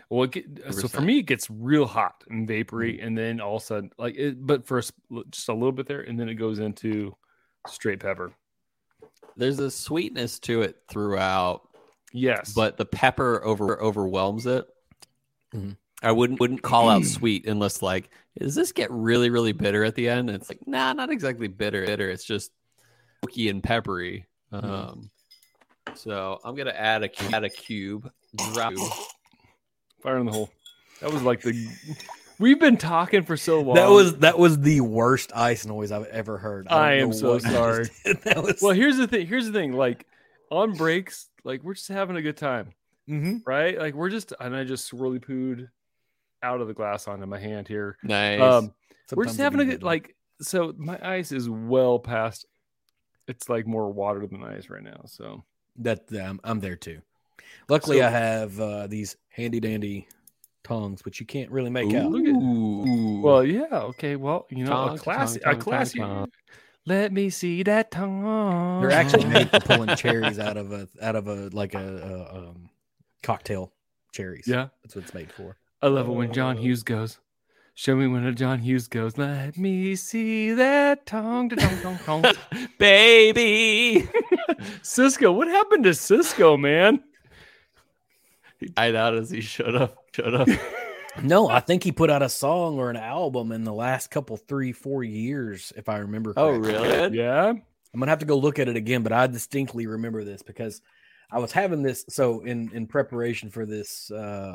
A: Well, it get, uh, so for
B: 100%.
A: me, it gets real hot and vapory,
C: Mm-hmm.
A: and then all of a sudden, like, it, but for a, sp- just a little bit there, and then it goes into straight pepper.
B: there's a sweetness to it throughout,
A: Yes,
B: but the pepper over overwhelms it.
C: Mhm.
B: I wouldn't wouldn't call out sweet unless like, does this get really really bitter at the end? And it's like, nah, not exactly bitter. Bitter. It's just oaky and peppery. Um, so I'm gonna add a cu- add a cube. Drop.
A: fire in the hole. That was like the we've been talking for so long.
C: That was that was the worst ice noise I've ever heard. don't
A: um, I am
C: know
A: so
C: what you just
A: sorry.
C: did. that was
A: well. Here's the thing. Here's the thing. Like on breaks, like we're just having a good time,
C: Mhm.
A: right? Like we're just, and I just swirly pooed out of the glass onto my hand here.
B: Nice.
A: Um, we're
C: Sometimes
A: just
C: I
A: having
C: do
A: a
C: that
A: good
C: one.
A: like so my ice is well past it's like more water than ice right now so
C: that. Um, I'm there too. Luckily,
A: So-
C: I have uh, these handy dandy tongs, which you can't really make out.
A: look at-
B: Ooh.
A: well yeah okay well you know
B: Tongue,
A: a classy
B: tongue,
A: a
B: tongue,
A: classy
B: tongue.
A: let me see that tongue Oh.
C: They're actually made for pulling cherries out of a out of a like a, a um, cocktail cherries.
A: Yeah.
C: That's what it's made for.
A: I love it
B: Oh.
A: when John Hughes goes. Show me when a John Hughes goes. Let me see that tongue. Da-dong, dong, dong.
B: baby.
A: Cisco, what happened to Cisco, man?
B: I doubt as he shut up, shut up.
C: No, I think he put out a song or an album in the last couple three, four years, if I remember
B: Oh,
C: correctly.
B: really?
A: Yeah.
C: I'm gonna have to go look at it again, but I distinctly remember this because I was having this. So in in preparation for this uh,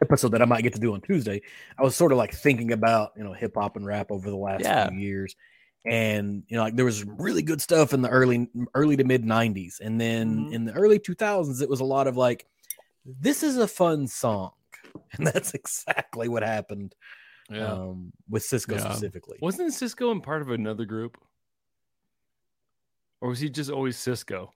C: episode that I might get to do on Tuesday, I was sort of like thinking about you know hip hop and rap over the last
B: Yeah.
C: few years, and you know like there was really good stuff in the early early to mid '90s, and then
B: Mhm.
C: in the early 2000s it was a lot of like this is a fun song, and that's exactly what happened um, with Cisco
B: Yeah.
C: specifically.
A: Wasn't Cisco in part of another group? Or was he just always Cisco?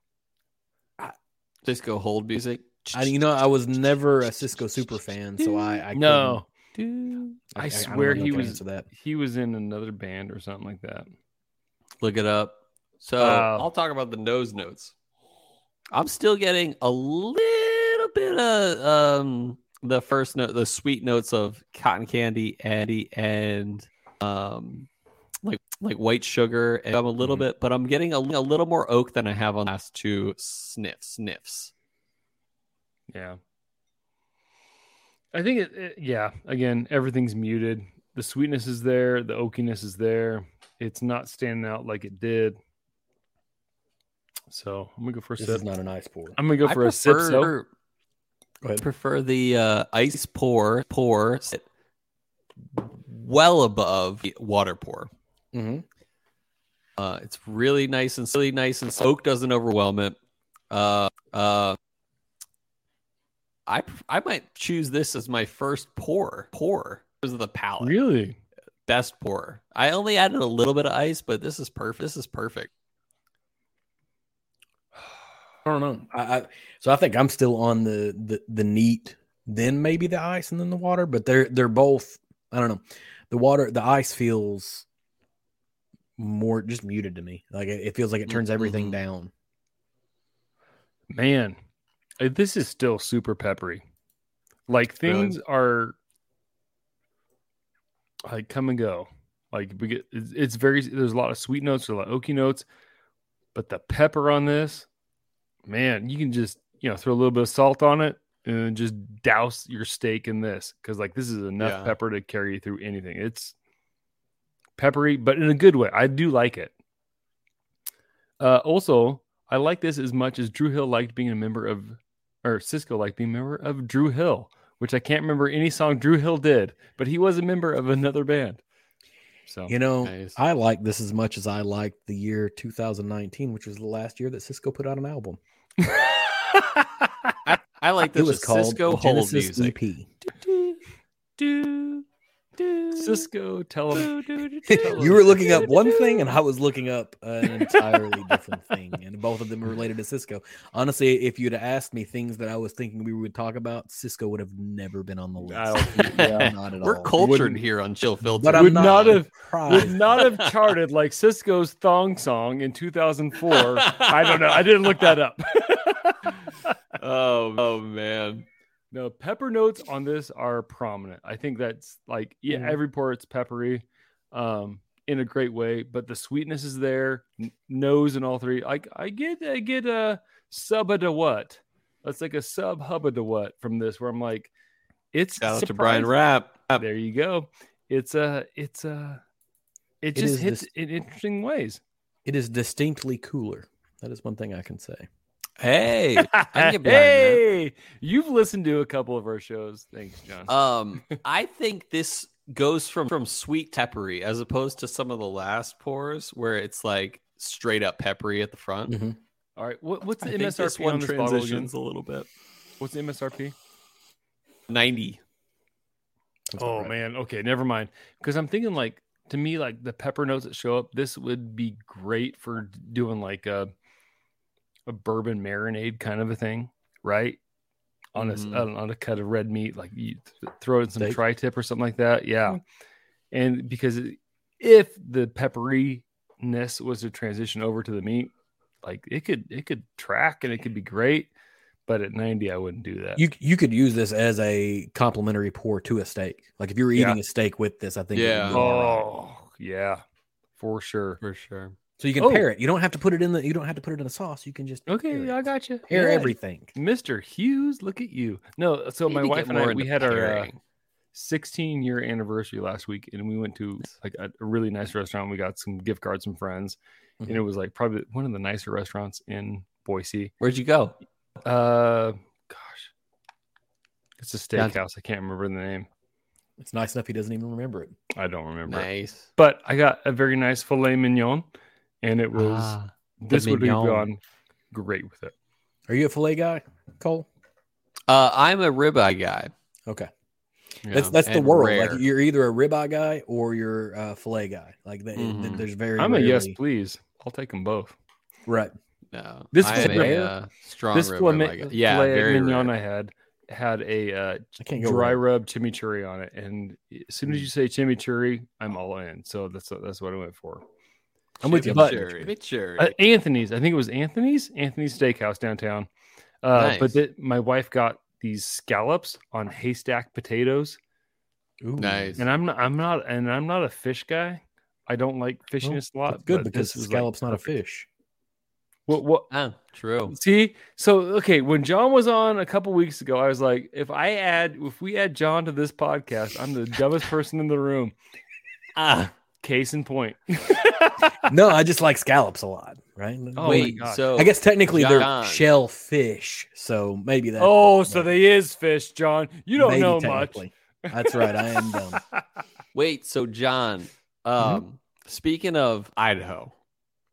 B: Disco hold music.
C: I, you know, I was never a Cisco super fan, so I, I
A: no.
B: Dude.
C: couldn't-
A: I
C: don't
A: swear
C: know
A: he
C: if I
A: was-
C: answer that.
A: He was in another band or something like that.
B: Look it up. So
A: Wow.
B: I'll talk about the nose notes. I'm still getting a little bit of um the first note, the sweet notes of cotton candy, Eddie, and um like like white sugar. And I'm a little
C: Mhm.
A: Mm-hmm.
B: bit, but I'm getting a, li- a little more oak than I have on the last two sniff sniffs.
A: Yeah. I think it, it- yeah, again, everything's muted. The sweetness is there, the oakiness is there. It's not standing out like it did. So I'm gonna go for a
C: This
A: sip.
C: is not an ice pour.
A: I'm gonna go
B: I
A: for a sip. So
B: prefer-
C: Go ahead.
B: prefer the uh, ice pour pour sit well above the water pour. Mm-hmm.
C: Mhm.
B: Uh, it's really nice and really nice and oak doesn't overwhelm it. Uh, uh, I I might choose this as my first pour pour because of the palate
A: really,
B: best pour. I only added a little bit of ice, but this is perfect. This is perfect.
C: I don't know. I, I so I think I'm still on the, the the neat, then maybe the ice and then the water, but they're they're both. I don't know. The water, the ice feels more just muted to me. Like it, it feels like it turns everything
B: Mhm.
C: down.
A: man, uh, this is still super peppery. Like
B: Really?
A: things are like come and go. Like we get, it's, it's very. There's a lot of sweet notes, a lot of oaky notes, but the pepper on this, man, you can just you know throw a little bit of salt on it and just douse your steak in this because like this is enough
B: Yeah.
A: pepper to carry you through anything. It's peppery, but in a good way. I do like it. Uh, also, I like this as much as Drew Hill liked being a member of, or Cisco liked being a member of Drew Hill, which I can't remember any song Drew Hill did, but he was a member of another band.
B: Oh,
A: So
C: You know,
B: Nice.
C: I like this as much as I liked the year 2019, which was the last year that Cisco put out an album.
B: I, I like
C: It
B: this.
C: was
B: as
C: called
B: Cisco hold
C: Genesis E
A: E
B: music.
C: EP.
B: do, do, do.
A: Cisco, tell him.
C: you were looking up one thing and I was looking up an entirely different thing. And both of them are related to Cisco. Honestly, if you'd asked me things that I was thinking we would talk about, Cisco would have never been on the
A: I
C: list.
A: don't-
B: yeah.
C: Not at
B: We're
C: all.
B: cultured
A: Wouldn't-
B: here on Chill Filter.
C: But I'm
A: Would
C: not,
A: not have-
C: proud.
A: would not have charted like Cisco's thong song in 2004. I don't know. I didn't look that up.
B: oh, oh man.
A: No, pepper notes on this are prominent. I think that's like yeah,
B: Mm-hmm.
C: Mhm.
A: every pour it's peppery, um, in a great way. But the sweetness is there. N- nose in all three. I I get I get a sub to what? That's like a sub hubba to what from this, where I'm like, it's
B: Shout out to Brian
A: surprising-
B: Rapp.
A: There you go. It's a it's a it
C: It
A: just
C: is
A: hits
C: this-
A: in interesting ways.
C: It is distinctly cooler. That is one thing I can say.
B: Hey. can get behind that.
A: hey, you've listened to a couple of our shows. Thanks, John.
B: Um, I think this goes from from sweet peppery as opposed to some of the last pours where it's like straight up peppery at the front.
C: Mhm.
A: All right, what, what's
B: I
A: the
B: think this
A: MSRP
B: one
A: on Mm-hmm. this bottle again?
B: transitions a little bit.
A: What's the MSRP?
B: Ninety.
C: That's
A: Oh
C: alright.
A: man, okay, never mind. Because I'm thinking like to me, like the pepper notes that show up, this would be great for doing like a a bourbon marinade kind of a thing, right? On a s-
B: Mhm.
A: I don't know, on a cut of red meat, like you th- throw in some
C: Mm-hmm. Steak. Mm-hmm.
A: tri tip or something like that. Yeah, and because it- if the pepperiness was to transition over to the meat, like it could it could track and it could be great. but at 90, I wouldn't do that.
C: You you could use this as a complimentary pour to a steak. Like if you were
A: Yeah.
C: eating a steak with this, I think. it would
B: Yeah.
C: be all right.
A: oh, yeah, for sure.
B: for sure.
C: So you can
A: Oh.
C: pair it. You don't have to put it in the. You don't have to put it in a sauce. You can just
A: Okay,
C: pair it.
A: I got you.
C: pair
A: Yeah.
C: everything.
A: Mr. Hughes, look at you. No, so
B: Need
A: my
B: to
A: wife
B: get
A: and I
B: more
A: we
B: into
A: had our uh,
B: pairing.
A: 16 year anniversary last week, and we went to like a, a really nice restaurant. We got some gift cards from friends, and it was like probably one of the nicer restaurants in Boise.
B: Where'd you go?
A: Uh, gosh, it's a
B: Yeah.
A: steakhouse. I can't remember the name.
C: It's nice enough he doesn't even remember it.
A: I don't remember.
B: Nice.
A: But I got a very nice filet mignon, and it was
B: Ah,
A: this would have
B: mignon.
A: gone great with it.
C: Are you a filet guy, Cole?
B: uh, I'm a ribeye guy.
C: Okay,
B: you
C: that's
B: know,
C: that's the
B: Um, and
C: world.
B: rare.
C: Like you're either a ribeye guy or you're a filet guy. Like the,
B: Mhm.
C: th- there's very.
A: I'm a yes,
C: rarely-
A: please. I'll take them both.
C: Right.
B: No,
A: This
B: I am a,
A: rare-
B: uh, strong
A: this
B: ribeye
A: filet,
B: guy. Yeah,
A: filet
B: very
A: mignon
B: rare.
A: I had had a uh,
C: I can't go
A: dry
C: wrong.
A: rub chimichurri on it, and as soon as you say chimichurri, I'm all in. So that's that's what I went for.
C: I'm with you.
A: But-
B: Chimichurri. Chimichurri.
A: Uh, Anthony's, I think it was Anthony's, Anthony's Steakhouse downtown. Uh, But
B: Nice.
A: th- my wife got these scallops on haystack potatoes,
C: Ooh.
B: nice.
A: and I'm not, I'm not, and I'm not a fish guy. I don't like fishiness a lot.
C: That's good
A: but
C: because
A: this is, like,
C: scallop's not a
A: perfect.
C: fish.
A: What what
B: Ah, true.
A: See, so okay, when John was on a couple weeks ago, I was like, if I add, if we add John to this podcast, I'm the dumbest person in the room.
B: Ah,
A: Oh Case in point.
C: no, I just like scallops a lot. Right.
A: Oh my
B: wait.
A: God.
B: So
C: I guess technically they're
B: John.
C: shell fish, so maybe that.
A: oh, so they is fish, John. You don't know much.
C: That's right. I am dumb.
B: wait. So John, um, speaking of Idaho,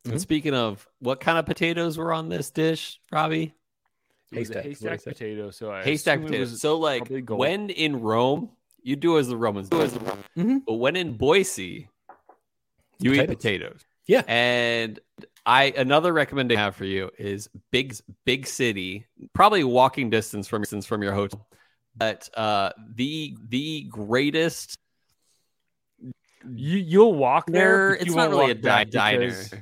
C: Mhm.
B: and speaking of what kind of potatoes were on this dish, Robbie?
A: It was a
C: Haystack, is what he
A: haystack
C: said.
A: potato. So I
B: Haystack
A: assume it
B: potatoes.
A: was-
B: So like
A: probably gold.
B: when in Rome, you do as the Romans do.
C: Mhm.
B: But when in Boise, you eat potatoes.
C: Yeah.
B: And I another recommendation I have for you is big big city, probably walking distance from distance from your hotel. But uh the the greatest
A: you you'll walk there.
B: there
A: but you
B: it's not
A: won't
B: really a
A: walk
B: di-
A: back
B: diner.
A: because-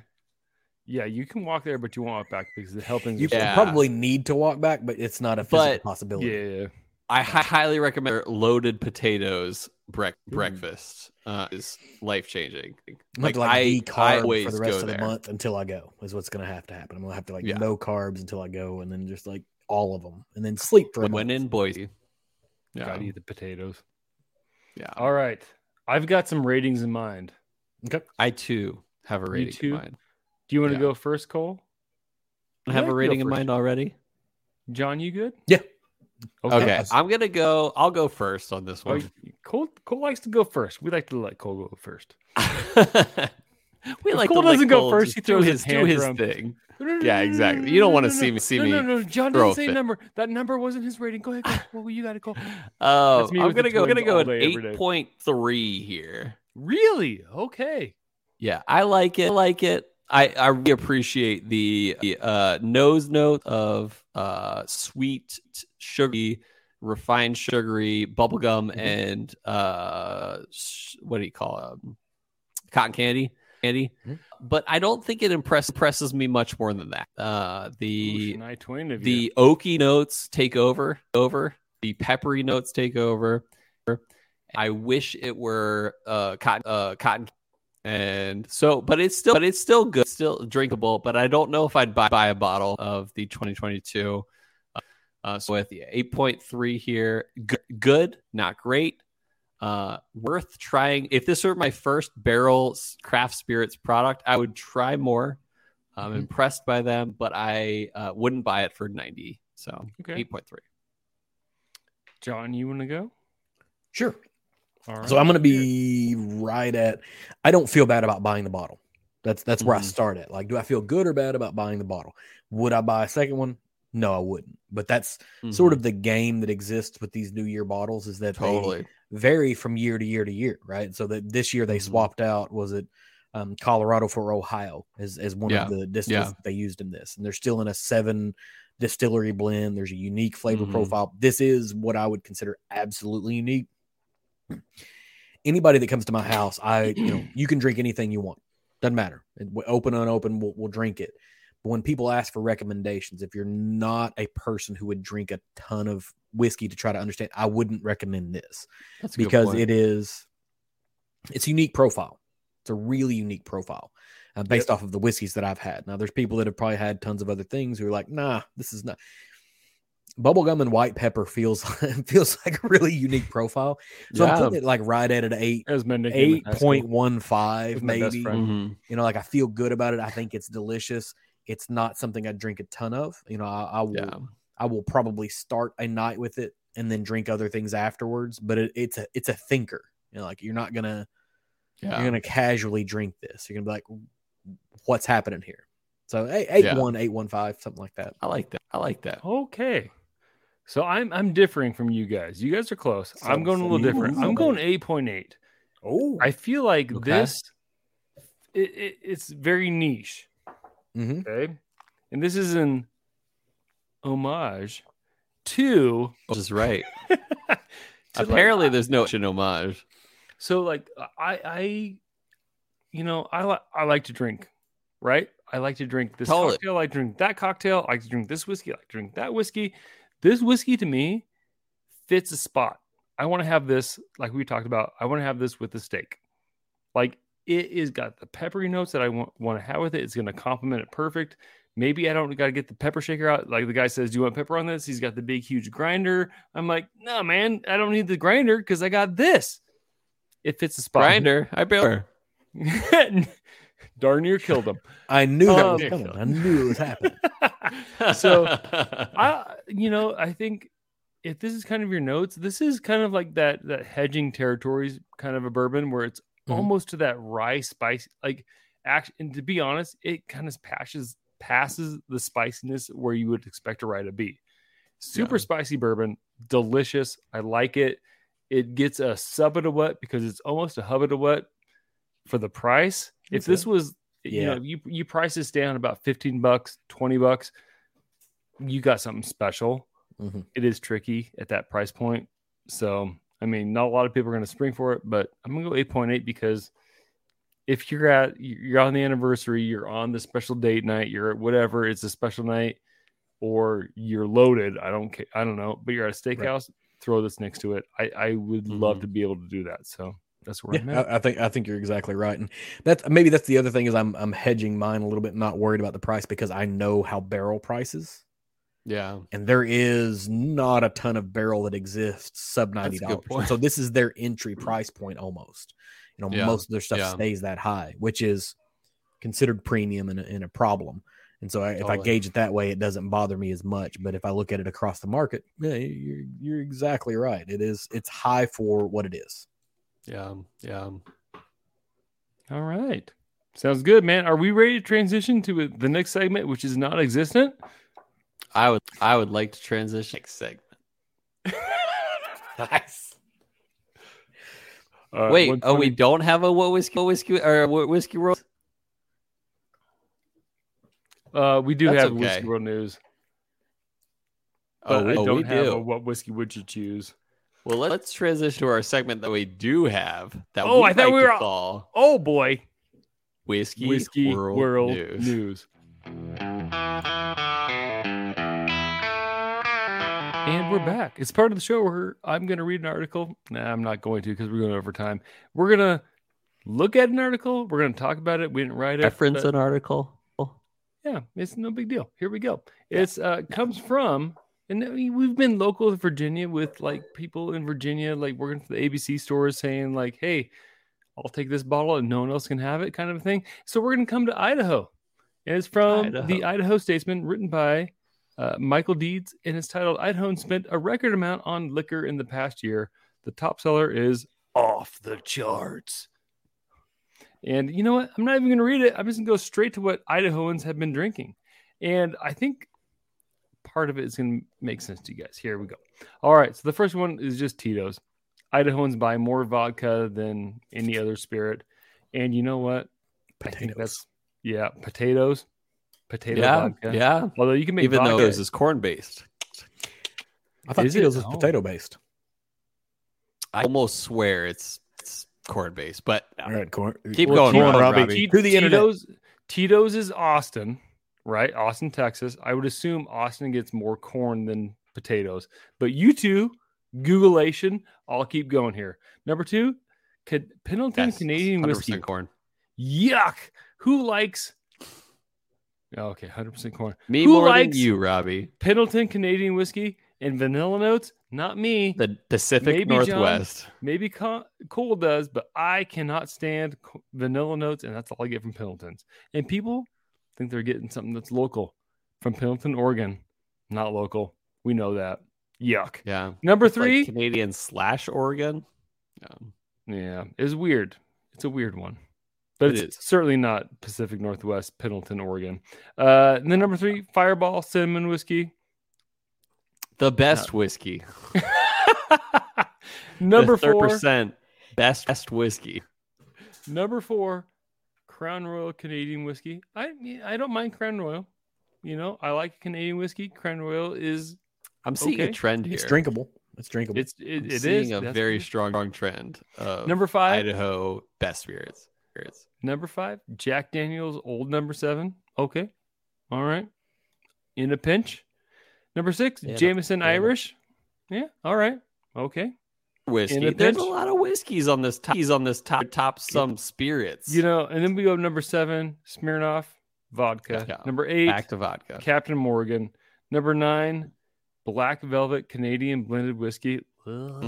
A: Yeah, you can walk there, but you won't walk back because the helping.
C: You
A: is-
B: Yeah.
C: probably need to walk back, but it's not a physical
B: But-
A: yeah,
C: possibility.
A: yeah.
B: I hi- highly recommend their loaded potatoes brec-
A: Mm.
C: Ooh.
B: breakfast. Uh, is life changing.
C: I'm gonna have to, like be carb for the rest of the month until I go. Is what's gonna have to happen. I'm gonna have to like
B: Yeah.
C: no carbs until I go, and then just like all of them, and then sleep for a
B: When
C: month.
B: in Boise, yeah,
A: Gotta eat the potatoes.
B: yeah.
A: All right, I've got some ratings in mind.
B: I too have a rating
A: too?
B: in mind.
A: Do you want to
B: Yeah.
A: go first, Cole?
B: I
A: You like
B: have a
A: to go
B: rating in
A: first.
B: mind already.
A: John, you good?
C: Yeah.
B: Okay,
C: Yes.
B: I'm gonna go. I'll go first on this
A: Oh,
B: one.
A: Cole, Cole likes to go first. We like to let Cole go first.
B: we
A: If
B: like
A: Cole
B: to let
A: doesn't go first,
B: just
A: he
B: do
A: throws
B: his
A: his
B: do
A: hand
B: his
A: drum.
B: thing.
A: No, no, no,
B: Yeah,
A: no, no, no,
B: exactly.
A: no,
B: You don't
A: no,
B: wanna
A: no, no,
B: see
A: no.
B: me- see
A: no,
B: me
A: No, no, John
B: throw a
A: didn't say
B: fit.
A: number. That number wasn't his rating. Go ahead, Cole. Well, you got to go.
B: Oh,
A: That's me
B: I'm
A: with the
B: gonna go. I'm gonna
A: twins
B: go
A: all
B: at
A: day, every day.
B: eight point three here.
A: Really? Okay.
B: Yeah, I like it. I like it. I I really appreciate the the, uh, nose note of uh, sweet, sugary, refined sugary bubblegum and uh, sh- what do you call it? Um, cotton candy. Candy,
C: Mhm.
B: but I don't think it impress, impresses me much more than that. Uh, the
A: Ocean Eye Twain of you.
B: the oaky notes take over over the peppery notes take over i wish it were uh cotton uh cotton and so but it's still but it's still good still drinkable but i don't know if i'd buy, buy a bottle of the 2022 uh, so with the 8.3 here g- good not great uh worth trying if this were my first barrel s- craft spirits product i would try more I'm
C: Mhm.
B: impressed by them, but I uh, wouldn't buy it for 90. So
A: Okay.
B: 8.3.
A: John, you want to go?
C: Sure.
A: All right.
C: So I'm gonna be right at. I don't feel bad about buying the bottle. That's that's where
B: Mhm.
C: I start at. Like, do I feel good or bad about buying the bottle? Would I buy a second one? No, I wouldn't. But that's sort of the game that exists with these new year bottles is that they
B: totally.
C: vary from year to year to year, right? So that this year they
B: Mhm.
C: swapped out was it um, Colorado for Ohio as as one of the distils
B: yeah.
C: that they used in this, and they're still in a seven distillery blend. There's a unique flavor
B: Mhm.
C: profile. This is what I would consider absolutely unique. Anybody that comes to my house, I you know you can drink anything you want, doesn't matter. And we- Open unopened, we'll, we'll drink it. But when people ask for recommendations, if you're not a person who would drink a ton of whiskey to try to understand, I wouldn't recommend this
B: That's a good
C: because
B: point.
C: it is it's a unique profile. It's a really unique profile uh, based off of the whiskeys that I've had. Now, there's people that have probably had tons of other things who are like, nah, this is not. Bubblegum and white pepper feels feels like a really unique profile. So I'm
B: Yeah.
C: putting it like right at an eight,
A: As my nickname in
C: eight
A: high school.
C: point one five,
A: With my best
C: maybe.
A: friend.
B: Mhm.
C: You know, like I feel good about it. I think it's delicious. It's not something I drink a ton of. You know, I, I will
B: Yeah.
C: I will probably start a night with it and then drink other things afterwards. But it, it's a it's a thinker. You know, like you're not gonna
B: Yeah.
C: you're gonna casually drink this. You're gonna be like, what's happening here? So eight eight
B: Yeah.
C: one eight one five something like that.
B: I like that. I like
A: Oh.
B: that.
A: Okay. So I'm I'm differing from you guys. You guys are close. I'm
C: So-
A: going a
C: so
A: little
C: you-
A: different. I'm going 8.8.
C: Oh,
A: I feel like
B: Okay.
A: this it, it, it's very niche.
C: Mhm.
A: Okay. And this is an homage to,
B: Just right.
A: to like-
B: Apparently, there's no action homage.
A: so like I I you know, I like I like to drink, right? I like to drink this
B: Totally.
A: cocktail, I like to drink that cocktail, I like to drink this whiskey, I like to drink that whiskey. This whiskey to me fits a spot. I want to have this, like we talked about, I want to have this with the steak. Like it is got the peppery notes that I want, want to have with it. It's gonna complement it perfect. Maybe I don't gotta get the pepper shaker out. Like the guy says, Do you want pepper on this? He's got the big huge grinder. I'm like, no, man, I don't need the grinder because I got this. It fits the spot.
B: Grinder. I barely.
A: Darn near killed him.
C: I knew
B: Oh.
C: that was
A: Um,
C: coming. I knew it was happening.
A: So, I you know, I think if this is kind of your notes, this is kind of like that that hedging territories kind of a bourbon where it's
C: Mhm.
A: almost to that rye spice like act and to be honest, it kind of passes passes the spiciness where you would expect a rye to be. Super spicy bourbon, delicious. I like it. It gets a sub it a wet because it's almost a hub it a wet for the price. If
C: Okay.
A: this was you
C: Yeah.
A: know, you you price this down about 15 bucks, 20 bucks, you got something special.
C: Mhm.
A: It is tricky at that price point. So, I mean, not a lot of people are going to spring for it, but I'm going to go 8.8 because if you're at, you're on the anniversary, you're on the special date night, you're at whatever, it's a special night, or you're loaded. I don't care. I don't know, but you're at a steakhouse, throw this next to it. I, I would love
B: Mhm.
A: to be able to do that. So that's where I'm
C: Mm-hmm. Yeah,
A: at.
C: I, I think I think you're exactly right, and that's maybe that's the other thing is I'm I'm hedging mine a little bit, not worried about the price because I know how barrel prices,
B: yeah.
C: and there is not a ton of barrel that exists sub
B: That's
C: ninety
B: a good
C: dollars.
B: point.
C: So this is their entry price point almost. You know,
B: Yeah,
C: most of their stuff
B: yeah.
C: stays that high, which is considered premium and a, and a problem. And so I, if I
B: Totally.
C: gauge it that way, it doesn't bother me as much. But if I look at it across the market, yeah, you're you're exactly right. It is it's high for what it is.
B: Yeah. Yeah.
A: All right. Sounds good, man. Are we ready to transition to the next segment, which is non existent?
B: I would. I would like to transition next segment. nice.
A: Uh,
B: Wait. Oh, we don't have a what whiskey? What whiskey or what whiskey world?
A: Uh, we do
B: That's
A: have
B: okay.
A: Whiskey World News.
B: Oh,
A: But I
B: oh,
A: don't
B: we
A: have
B: do.
A: a what whiskey would you choose?
B: Well, let's, let's transition to our segment that we do have. That
A: Oh, I thought
B: like
A: we
B: to
A: were-
B: call
A: Oh boy.
B: whiskey,
A: Whiskey
B: world, news.
A: News. And we're back. It's part of the show where I'm going to read an article. Nah, I'm not going to because we're going over time. We're going to look at an article. We're going to talk about it. We didn't write it.
B: Reference
A: but-
B: an article.
A: Yeah, it's no big deal. Here we go. It's uh comes from and I mean, we've been local to Virginia with like people in Virginia like working for the ABC stores saying like, "Hey, I'll take this bottle and no one else can have it," kind of a thing. So we're going to come to Idaho. And it's from the
B: Idaho.
A: Idaho Statesman written by uh, Michael Deeds and it's titled Idahoans spent a record amount on liquor in the past year. The top seller is off the charts. And you know what? I'm not even going to read it. I'm just going to go straight to what Idahoans have been drinking. And I think part of it is going to make sense to you guys. Here we go. All right. So the first one is just Tito's. Idahoans buy more vodka than any other spirit. And you know what? I think that's, yeah, potatoes, potato
B: yeah,
A: vodka.
B: yeah.
A: Although you can make
B: Even though
A: vodka.
B: this is corn based,
C: I thought
A: Is it?
C: Tito's was
A: Oh.
C: potato based.
B: I almost swear it's it's corn based. But
C: All right, corn.
B: keep
A: Well,
B: going,
A: keep
B: Rob,
A: going,
B: Robbie.
C: Robbie. To the internet.
A: Tito's, Tito's is Austin. right? Austin, Texas. I would assume Austin gets more corn than potatoes. But you two, Googleation, I'll keep going here. Number two, could Pendleton
B: Yes,
A: Canadian
B: 100%
A: whiskey.
B: corn.
A: Yuck. Who likes Oh, okay, 100 percent corn.
B: Me
A: Who
B: more
A: likes-
B: than you, Robbie.
A: Pendleton Canadian whiskey and vanilla notes? Not me.
B: The Pacific
A: Maybe, John.
B: Northwest.
A: Maybe Co- Cole does, but I cannot stand co- vanilla notes, and that's all I get from Pendleton's. And people think they're getting something that's local from Pendleton, Oregon. Not local. We know that. Yuck.
B: Yeah.
A: Number
B: It's like
A: three.
B: Canadian slash Oregon. Um,
A: yeah, it's weird. It's a weird one, but
B: It
A: it's certainly not Pacific Northwest, Pendleton, Oregon. Uh, and then number three, Fireball cinnamon whiskey.
B: the best whiskey.
A: Uh, number four.
B: percent best best whiskey.
A: Number four, Crown Royal Canadian whiskey. I mean, I don't mind Crown Royal. You know, I like Canadian whiskey. Crown Royal is
B: I'm seeing
A: Okay.
B: a trend here.
C: It's drinkable. It's drinkable.
A: it's
B: I'm
A: it, it
B: seeing
A: is
B: a
A: That's
B: very
A: good.
B: strong, strong trend of
A: number five.
B: Idaho best spirits. spirits.
A: Number five, Jack Daniels Old Number Seven. Okay, all right. In a pinch. Number six,
B: Yeah, no-
A: Jameson
B: yeah, no.
A: Irish. Yeah, all right. Okay.
B: Whiskey.
A: a
B: There's a
A: pinch.
B: lot of whiskeys on this top. on this top top some spirits.
A: You know, and then we go to number seven, Smirnoff vodka.
B: Yeah.
A: Number eight,
B: back to vodka.
A: Captain Morgan. Number nine, Black Velvet Canadian blended whiskey.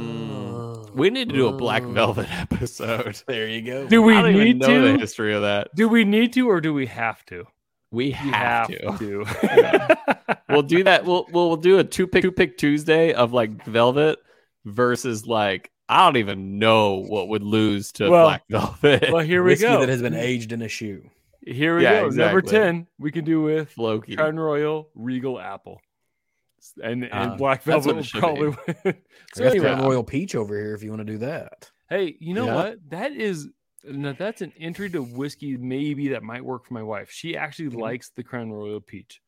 A: Ugh.
B: We need to do a black
A: Ugh.
B: velvet episode.
C: there you go.
A: Do we
B: I don't even
A: need
B: know the
A: to?
B: history of that.
A: Do we need to, or do we have to?
B: We
A: You
B: have, to.
A: to.
B: we'll do that. We'll we'll, we'll do a two pick two pick Tuesday of like Velvet versus like I don't even know what would lose to
A: Well,
B: Black Velvet.
A: well, here we
C: Whiskey
A: go.
C: that has been aged in a shoe.
A: Here we
B: Yeah,
A: go. Number
B: exactly.
A: 10, we can do with
B: Loki.
A: Crown Royal Regal Apple. And, and
C: Uh,
A: Black
B: Ah, that's
A: Velvet
B: what it
A: will
B: should
A: probably win. so,
C: So
A: anyway, uh,
B: Yeah.
C: Royal Peach over here if you want to do that.
A: hey, you know
B: Yeah.
A: what? That is. Now that's an entry to whiskey, maybe that might work for my wife. She actually
B: Mm-hmm.
A: likes the Crown Royal peach.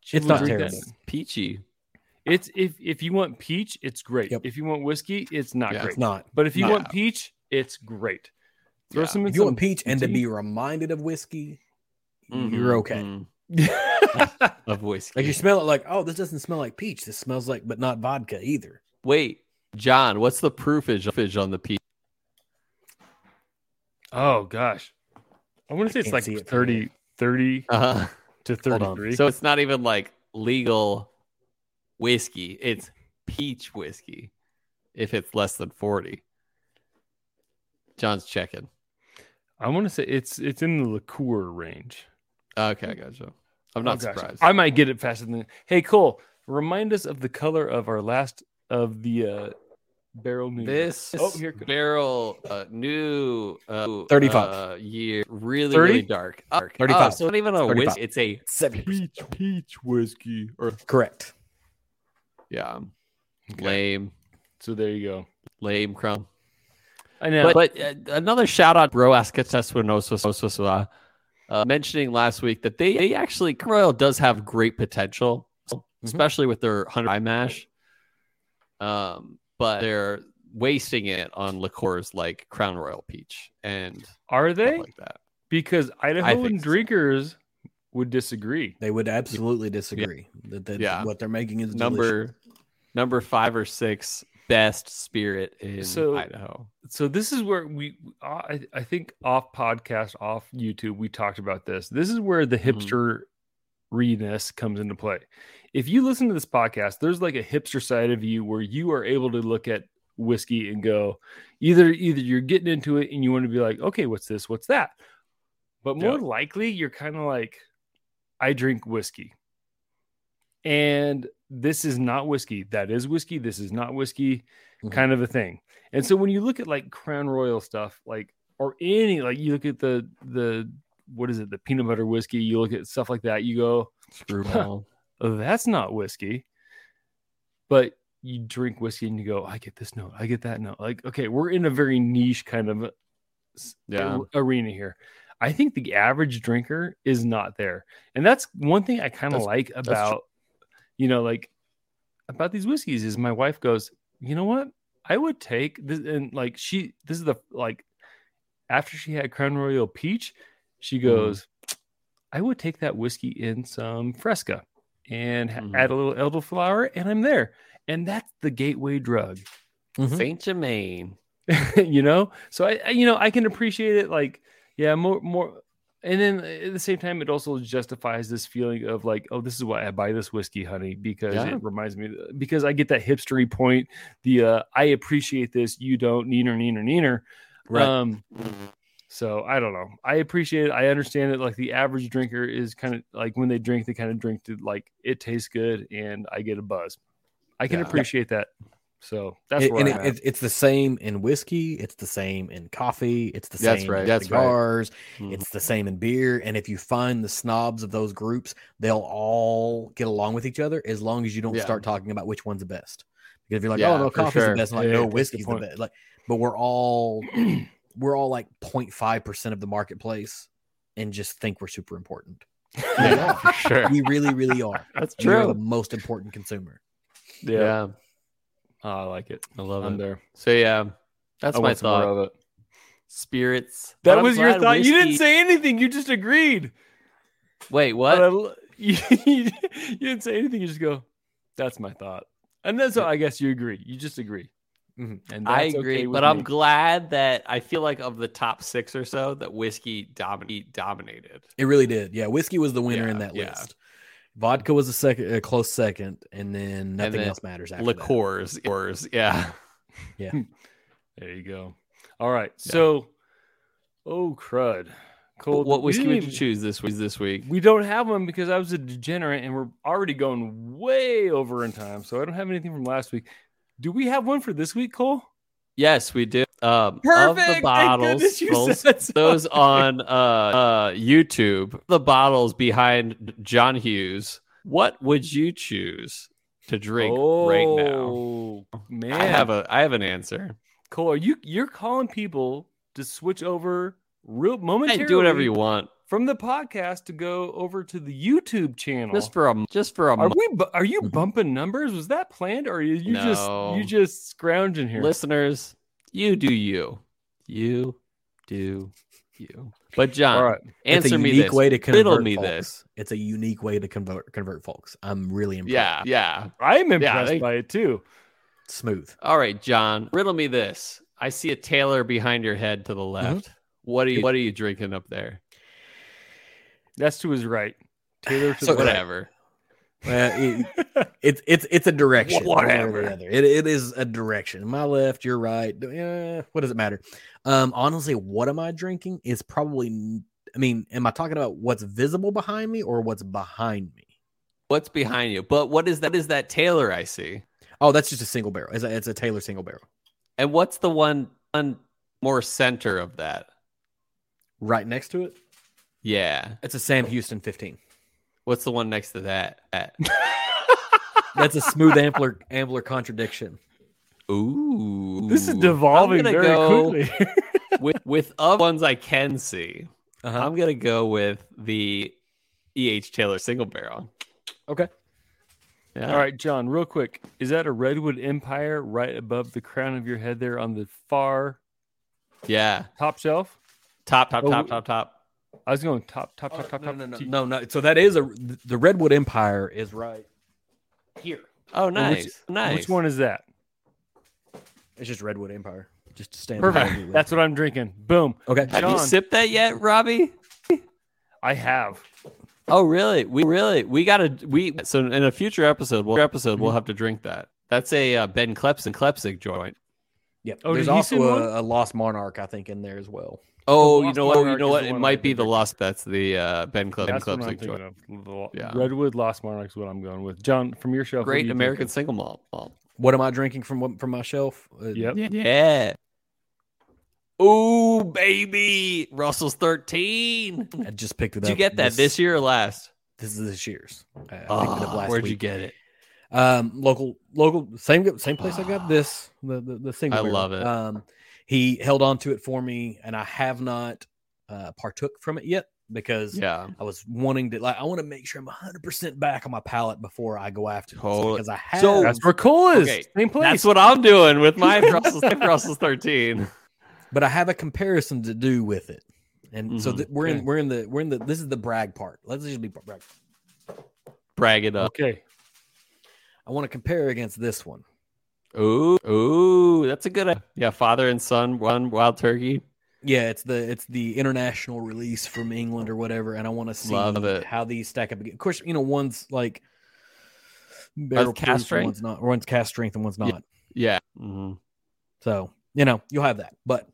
A: She
C: It's
A: would
C: not
A: drink that.
C: terrible.
B: Peachy.
A: It's if if you want peach, it's great.
C: Yep.
A: If you want whiskey, it's not
B: Yeah.
A: great.
C: It's not.
A: But if you
B: Yeah.
A: want peach, it's great. Throw
B: Yeah.
A: some in
C: If you
A: some
C: want peach and to
A: tea.
C: be reminded of whiskey, you're okay.
B: Mhm.
A: yeah,
B: Of whiskey.
C: Like you smell it like, oh, this doesn't smell like peach. This smells like, but not vodka either.
B: Wait, John, what's the proofage proofage on the peach?
A: Oh gosh. I want to say it's
C: can't
A: like
C: see it from
A: 30, 30
B: Uh,
A: to
C: Hold on.
A: 33.
B: so it's not even like legal whiskey. It's peach whiskey if it's less than 40. John's checking.
A: I want to say it's it's in the liqueur range.
B: Okay, I gotcha. I'm not
A: Oh, gosh.
B: surprised.
A: I might get it faster than Hey Cole, remind us of the color of our last of the uh barrel news.
B: this
A: Oh, here it goes.
B: barrel uh, new uh,
C: 35.
B: uh, year really
A: 30?
B: really dark. Uh,
C: 35.
B: oh, so it's not even a
C: 35.
B: whiskey. It's a
C: Seven.
B: peach peach whiskey or
C: Correct.
B: yeah
A: Okay.
B: lame
A: So there you go.
B: lame crumb.
A: I know.
B: But, uh, another shout out, bro, Asketesuenosa, uh, mentioning last week that they, they actually, Crown Royal does have great potential, especially with their 100 eye mash. Um, but they're wasting it on liqueurs like Crown Royal Peach and
A: are
B: stuff
A: they?
B: like that.
A: Because Idaho
B: think
A: and
B: so.
A: drinkers would disagree.
C: They would absolutely disagree that, that
B: Yeah.
C: what they're making is delicious.
B: Number number five or six best spirit in
A: So-
B: Idaho.
A: so this is where we I, I think off podcast off youtube we talked about this this is where the
B: Mhm.
A: hipster readiness comes into play if you listen to this podcast there's like a hipster side of you where you are able to look at whiskey and go either either you're getting into it and you want to be like okay what's this what's that but more
B: Yeah.
A: likely you're kind of like i drink whiskey and this is not whiskey that is whiskey this is not whiskey
C: Mhm.
A: kind of a thing and so when you look at like crown royal stuff like or any like you look at the the what is it the peanut butter whiskey you look at stuff like that you go
B: Screwball.
A: oh, that's not whiskey but you drink whiskey and you go i get this note i get that note like okay we're in a very niche kind of s-
B: Yeah.
A: a- arena here i think the average drinker is not there and that's one thing i kind of
B: That's-
A: like
B: true.
A: about you know like about these whiskeys is my wife goes you know what i would take this and like she this is the like after she had crown royal peach she goes I would take that whiskey in some Fresca and ha-
B: Mhm.
A: add a little elderflower, and I'm there. And that's the gateway drug,
C: Mhm.
B: Saint Germain.
A: you know. So I, I, you know, I can appreciate it. Like, yeah, more, more. And then at the same time, it also justifies this feeling of like, oh, this is why I buy this whiskey, honey, because
B: Yeah.
A: it reminds me, because I get that hipstery point. The uh, I appreciate this, you don't, neener, neener, neener.
C: Right.
A: Um, so I don't know. I appreciate it. I understand it. Like the average drinker is kind of like when they drink, they kind of drink to like it tastes good, and I get a buzz. I can
B: Yeah.
A: appreciate that. So that's
C: It-
A: where
C: and
A: I'm
C: it-
A: at.
C: it's- it's the same in whiskey. It's the same in coffee. It's the
B: That's
C: same
B: right,
C: in
B: that's right.
C: cigars.
B: Mhm.
C: It's the same in beer. And if you find the snobs of those groups, they'll all get along with each other as long as you don't
B: Yeah.
C: start talking about which one's the best. Because if you're like,
B: Yeah,
C: oh no,
B: for
C: coffee's
B: sure.
C: the best, I'm like
A: Yeah,
C: no,
A: that's a good
C: whiskey's the
A: point.
C: best. Like, but we're all we're all like 0.5 percent of the marketplace, and just think we're super important.
B: Yeah, for sure.
C: We really, really are.
B: That's
C: We are
B: true.
C: the most important consumer.
A: yeah,
B: Yeah.
A: Oh, I like it.
B: I love
A: I'm
B: it.
A: there.
B: So yeah, that's
A: I
B: my
A: want some more
B: thought.
A: of it.
B: Spirits. But
A: That
B: I'm
A: was your
B: glad
A: thought. You didn't
B: whiskey-
A: say anything. You just agreed.
B: Wait, what?
A: But I lo- you, you didn't say anything. You just go. That's my thought. And that's how I guess you agree. You just agree. Mm-hmm.
C: Mhm.
A: And
B: I
A: that's
B: agree,
A: okay with
B: but I'm
A: me.
B: glad that I feel like of the top six or so that whiskey domi- dominated.
C: It really did. Yeah, whiskey was the winner in
B: Yeah,
C: that
B: yeah.
C: list. Vodka was a second, a close second, and then nothing
B: then
C: else matters after that.
B: Liqueurs, liqueurs, yeah.
A: There you go. All right. So, oh crud, cold.
B: what
A: we
B: whiskey
A: didn't
B: would you
A: even-
B: choose this week? This week,
A: We don't have one because I was a degenerate, and we're already going way over in time. So I don't have anything from last week. Do we have one for this week, Cole?
B: yes, we do. Um, Of the
A: Perfect. Thank
B: bottles,
A: goodness you
B: those,
A: said so.
B: those on uh, uh, YouTube, the bottles behind John Hughes. What would you choose to drink right now?
A: Oh, Man,
B: I have a, I have an answer.
A: Cole. Are you you're calling people to switch over real
B: Hey,
A: momentarily?
B: do whatever you want,
A: from the podcast to go over to the YouTube channel.
B: just for a, just for a. Mm-hmm.
A: Are we? bu- Are you
C: Mhm.
A: bumping numbers? Was that planned, or are you
B: No.
A: just you just scrounging here?
B: listeners, you do you. You do you. But John,
A: All right,
C: It's
B: answer
C: a
B: me
C: unique
B: this.
C: way to convert
B: Riddle me
C: folks.
B: this.
C: It's a unique way to convert convert folks. I'm really impressed.
B: Yeah, yeah.
A: I'm impressed
B: they-
A: by it too.
C: Smooth.
B: All right, John, riddle me this. I see a tailor behind your head to the
A: Mm-hmm.
B: left. What are you what are you drinking up there?
A: That's to his right. Taylor to
C: So
A: the right.
B: Whatever.
C: Well, it, it's it's it's a direction. one way or the
B: Whatever.
C: other. It, it is a direction. My left, your right. Eh, what does it matter? Um, honestly, what am I drinking? Is probably. n- I mean, am I talking about what's visible behind me or what's behind me?
B: What's behind you? But what is that is that tailor I see?
C: Oh, that's just a single barrel. It's a, it's a Taylor single barrel.
B: And what's the one, one more center of that?
C: Right next to it,
B: Yeah.
C: it's a Sam Houston 15.
B: What's the one next to that? That-
C: That's a smooth ampler ampler contradiction.
B: Ooh.
A: This is devolving
B: I'm gonna
A: very
B: go
A: quickly.
B: with with of ones I can see.
C: Uh-huh.
B: I'm gonna go with the E.H. Taylor single barrel.
C: Okay.
B: Yeah.
A: All right, John, real quick. Is that a Redwood Empire right above the crown of your head there on the far
B: Yeah.
A: top shelf?
B: Top, top,
A: Oh,
B: top,
A: w-
B: top, top.
A: I was going top, top, top,
C: Oh,
A: top,
C: no,
A: top.
C: no, no,
A: Gee,
C: no, no. So that is a the Redwood Empire is right here.
B: Oh,
A: Well,
B: nice.
A: which-
B: nice.
A: Which one is that?
C: It's just Redwood Empire. Just to stand.
A: Perfect. That's what I'm drinking. Boom.
C: okay.
B: Have you
A: John.
B: sipped that yet, Robbie?
A: I have.
B: Oh, really? We really we gotta we so in a future episode, we'll episode
A: Mm-hmm.
B: we'll have to drink that. That's a uh, Ben Clepson Klepsig joint.
C: Yep.
A: Oh,
C: There's
A: did he
C: also
A: send one?
C: a, a Lost Monarch, I think, in there as well.
B: Oh, you
A: Lost
B: know what? You
A: Monarch
B: know
A: is
B: what?
A: the
B: It
A: one I
B: might be
A: did
B: the
A: drink.
B: Lost. That's the uh, Ben Klep- Ben
A: That's what I'm
B: Klepsig joint.
A: thinking of. The-
B: Yeah.
A: Redwood Lost Monarchs. What I'm going with. John, from your shelf. what are
B: Great
A: you
B: American single malt. malt.
C: What am I drinking from what- from my shelf? Uh,
A: Drinking? Yep.
B: Yeah. Ooh, baby. Russell's 13.
C: I just picked it up.
B: Did you get that this year or last?
C: This is this year's. Uh, I picked it up
B: Oh,
C: last
B: where'd
C: week.
B: you get it?
C: Um, local, local, same same place I got this. The the, the single.
B: Ah. I
C: barrel.
B: love it.
C: Um, he held on to it for me, and I have not uh, partook from it yet because
B: Yeah.
C: I was wanting to. Like, I want to make sure I'm 100 percent back on my palate before I go after this
B: Totally.
C: because I have.
B: So-
A: That's where Cole is.
B: Okay,
A: Same place.
B: That's what I'm doing with my Brussels, my Brussels 13.
C: but I have a comparison to do with it. And so
B: Mhm.
C: th- we're
A: Okay.
C: in we're in the we're in the this is the brag part. Let's just be brag.
B: Brag it up.
A: Okay.
C: I want to compare against this one.
B: Ooh, ooh, that's a good. Yeah, father and son, one wild turkey.
C: Yeah, it's the it's the international release from England or whatever, and I want to see
B: Love it.
C: how these stack up. Of course, you know one's like barrel
B: cast
C: proof and
B: strength?
C: one's not, one's cast strength, and one's
B: Yeah.
C: not.
B: Yeah. Mhm.
C: So you know you'll have that, but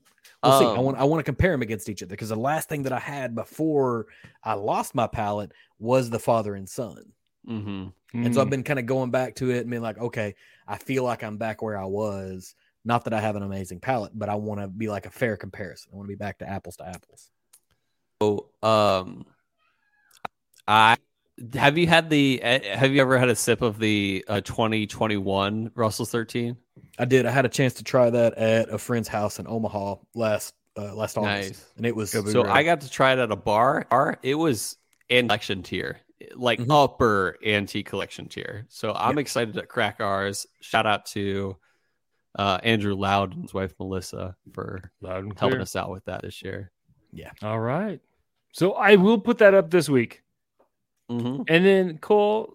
C: we'll see. I
B: Um,
C: want I want to compare them against each other because the last thing that I had before I lost my palette was the father and son,
B: mhm.
C: and so I've
A: Mm.
C: been kind of going back to it and being like, okay, I feel like I'm back where I was. Not that I have an amazing palette, but I want to be like a fair comparison. I want to be back to apples to apples.
B: So, um, I have you had the eh, have you ever had a sip of the uh, 2021 Russell's 13?
C: I did. I had a chance to try that at a friend's house in Omaha last uh, last August,
B: Nice.
C: and it was
B: So I got to try it at a bar. bar. It was in collection tier, like
C: Mhm.
B: upper antique collection tier. So I'm excited to crack ours. Shout out to uh, Andrew Loudon's wife Melissa for
A: Loud and
B: helping
A: clear.
B: us out with that this year.
A: All right. So I will put that up this week.
B: Mhm.
A: And then Cole,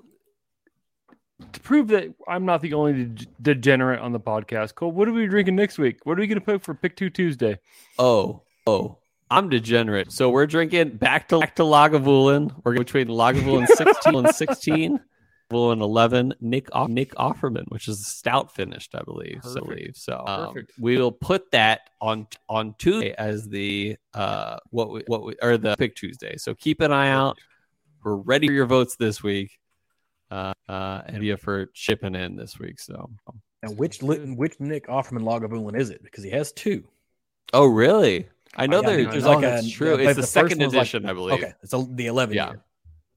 A: to prove that I'm not the only de- degenerate on the podcast, Cole, what are we drinking next week? What are we going to pick for Pick Two Tuesday?
B: Oh, oh, I'm degenerate. So we're drinking back to back to Lagavulin. We're going between Lagavulin 16 and 16. Lagavulin 11, Nick Off- Nick Offerman, which is stout finished, I believe. So,
A: Perfect.
B: believe. so um,
A: Perfect.
B: we'll put that on on Tuesday as the uh what we, what we, or the pick Tuesday. So keep an eye out. We're ready for your votes this week. Uh, uh, and yeah, for chipping in this week. So,
C: and which li- which Nick Offerman Lagavulin is it? Because he has two.
B: oh really? I know
C: Oh, Yeah,
B: there,
A: I
B: there's
A: know
B: like
C: that-
B: a true.
C: but
B: It's the,
C: the first
B: second
C: one's like-
B: edition, I believe.
C: Okay, it's a, the 11
B: Yeah.
C: year.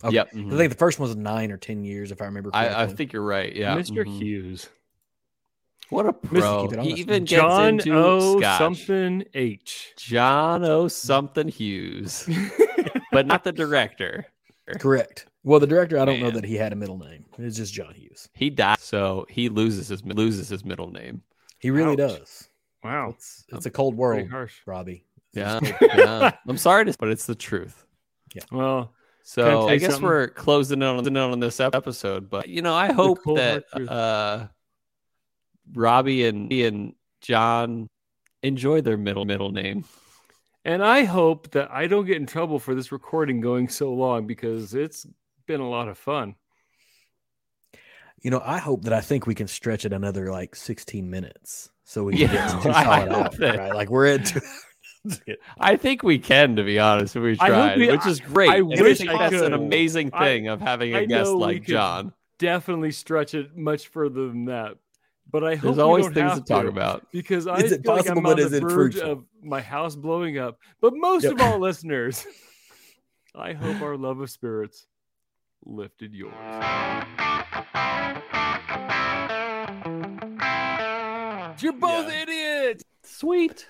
C: Okay.
B: Yep. mm-hmm.
C: I think the first one was nine or 10 years, if I remember correctly.
B: Hmm. I, I think you're right. Yeah.
A: Mr.
B: Mhm.
A: Hughes.
B: What a pro.
C: keep it
B: He
C: honest.
B: even gets
A: John
B: into
A: O.
B: Scotch.
A: Something H.
B: John O. Something Hughes, but not the director.
C: Correct. Well, the director, I don't know
B: Man.
C: that he had a middle name. It's just John Hughes.
B: He died, so he loses his loses his middle name.
C: He really
A: Ouch.
C: does.
A: wow.
C: It's it's a cold world,
A: Pretty harsh.
C: Robbie.
B: Yeah, yeah. I'm sorry, to, but it's the truth.
A: Well, Can I
B: So
A: tell
B: I
A: you
B: guess
A: something?
B: we're closing in on, in on this ep- episode, but you know, I hope
A: cold hard
B: that
A: truth.
B: uh, Robbie and and John enjoy their middle middle name.
A: and I hope that I don't get in trouble for this recording going so long because it's been a lot of fun.
C: You know, I hope that I think we can stretch it another like 16 minutes so we
B: Yeah,
C: can get to two
B: I
C: solid
B: hope
C: hours,
B: that-
C: right? Like we're at two.
B: I think we can, to be honest, if we
A: I hope
B: tried,
A: we-
B: which is great.
A: I
B: I
A: wish
B: think
A: I
B: that's
A: could.
B: an amazing
A: I-
B: thing of having a
A: I
B: guest
A: know we
B: like
A: could
B: John.
A: Definitely stretch it much further than that. But I hope
B: There's
A: we
B: always
A: don't
B: things
A: have
B: to talk about.
A: because I
C: Is it
A: feel like
C: possible,
A: I'm on
C: but is
A: the
C: it
A: verge
C: fruitful?
A: of my house blowing up. But most
C: Yep.
A: of all, listeners, I hope our love of spirits lifted yours. You're both
B: Yeah.
A: idiots.
B: Sweet.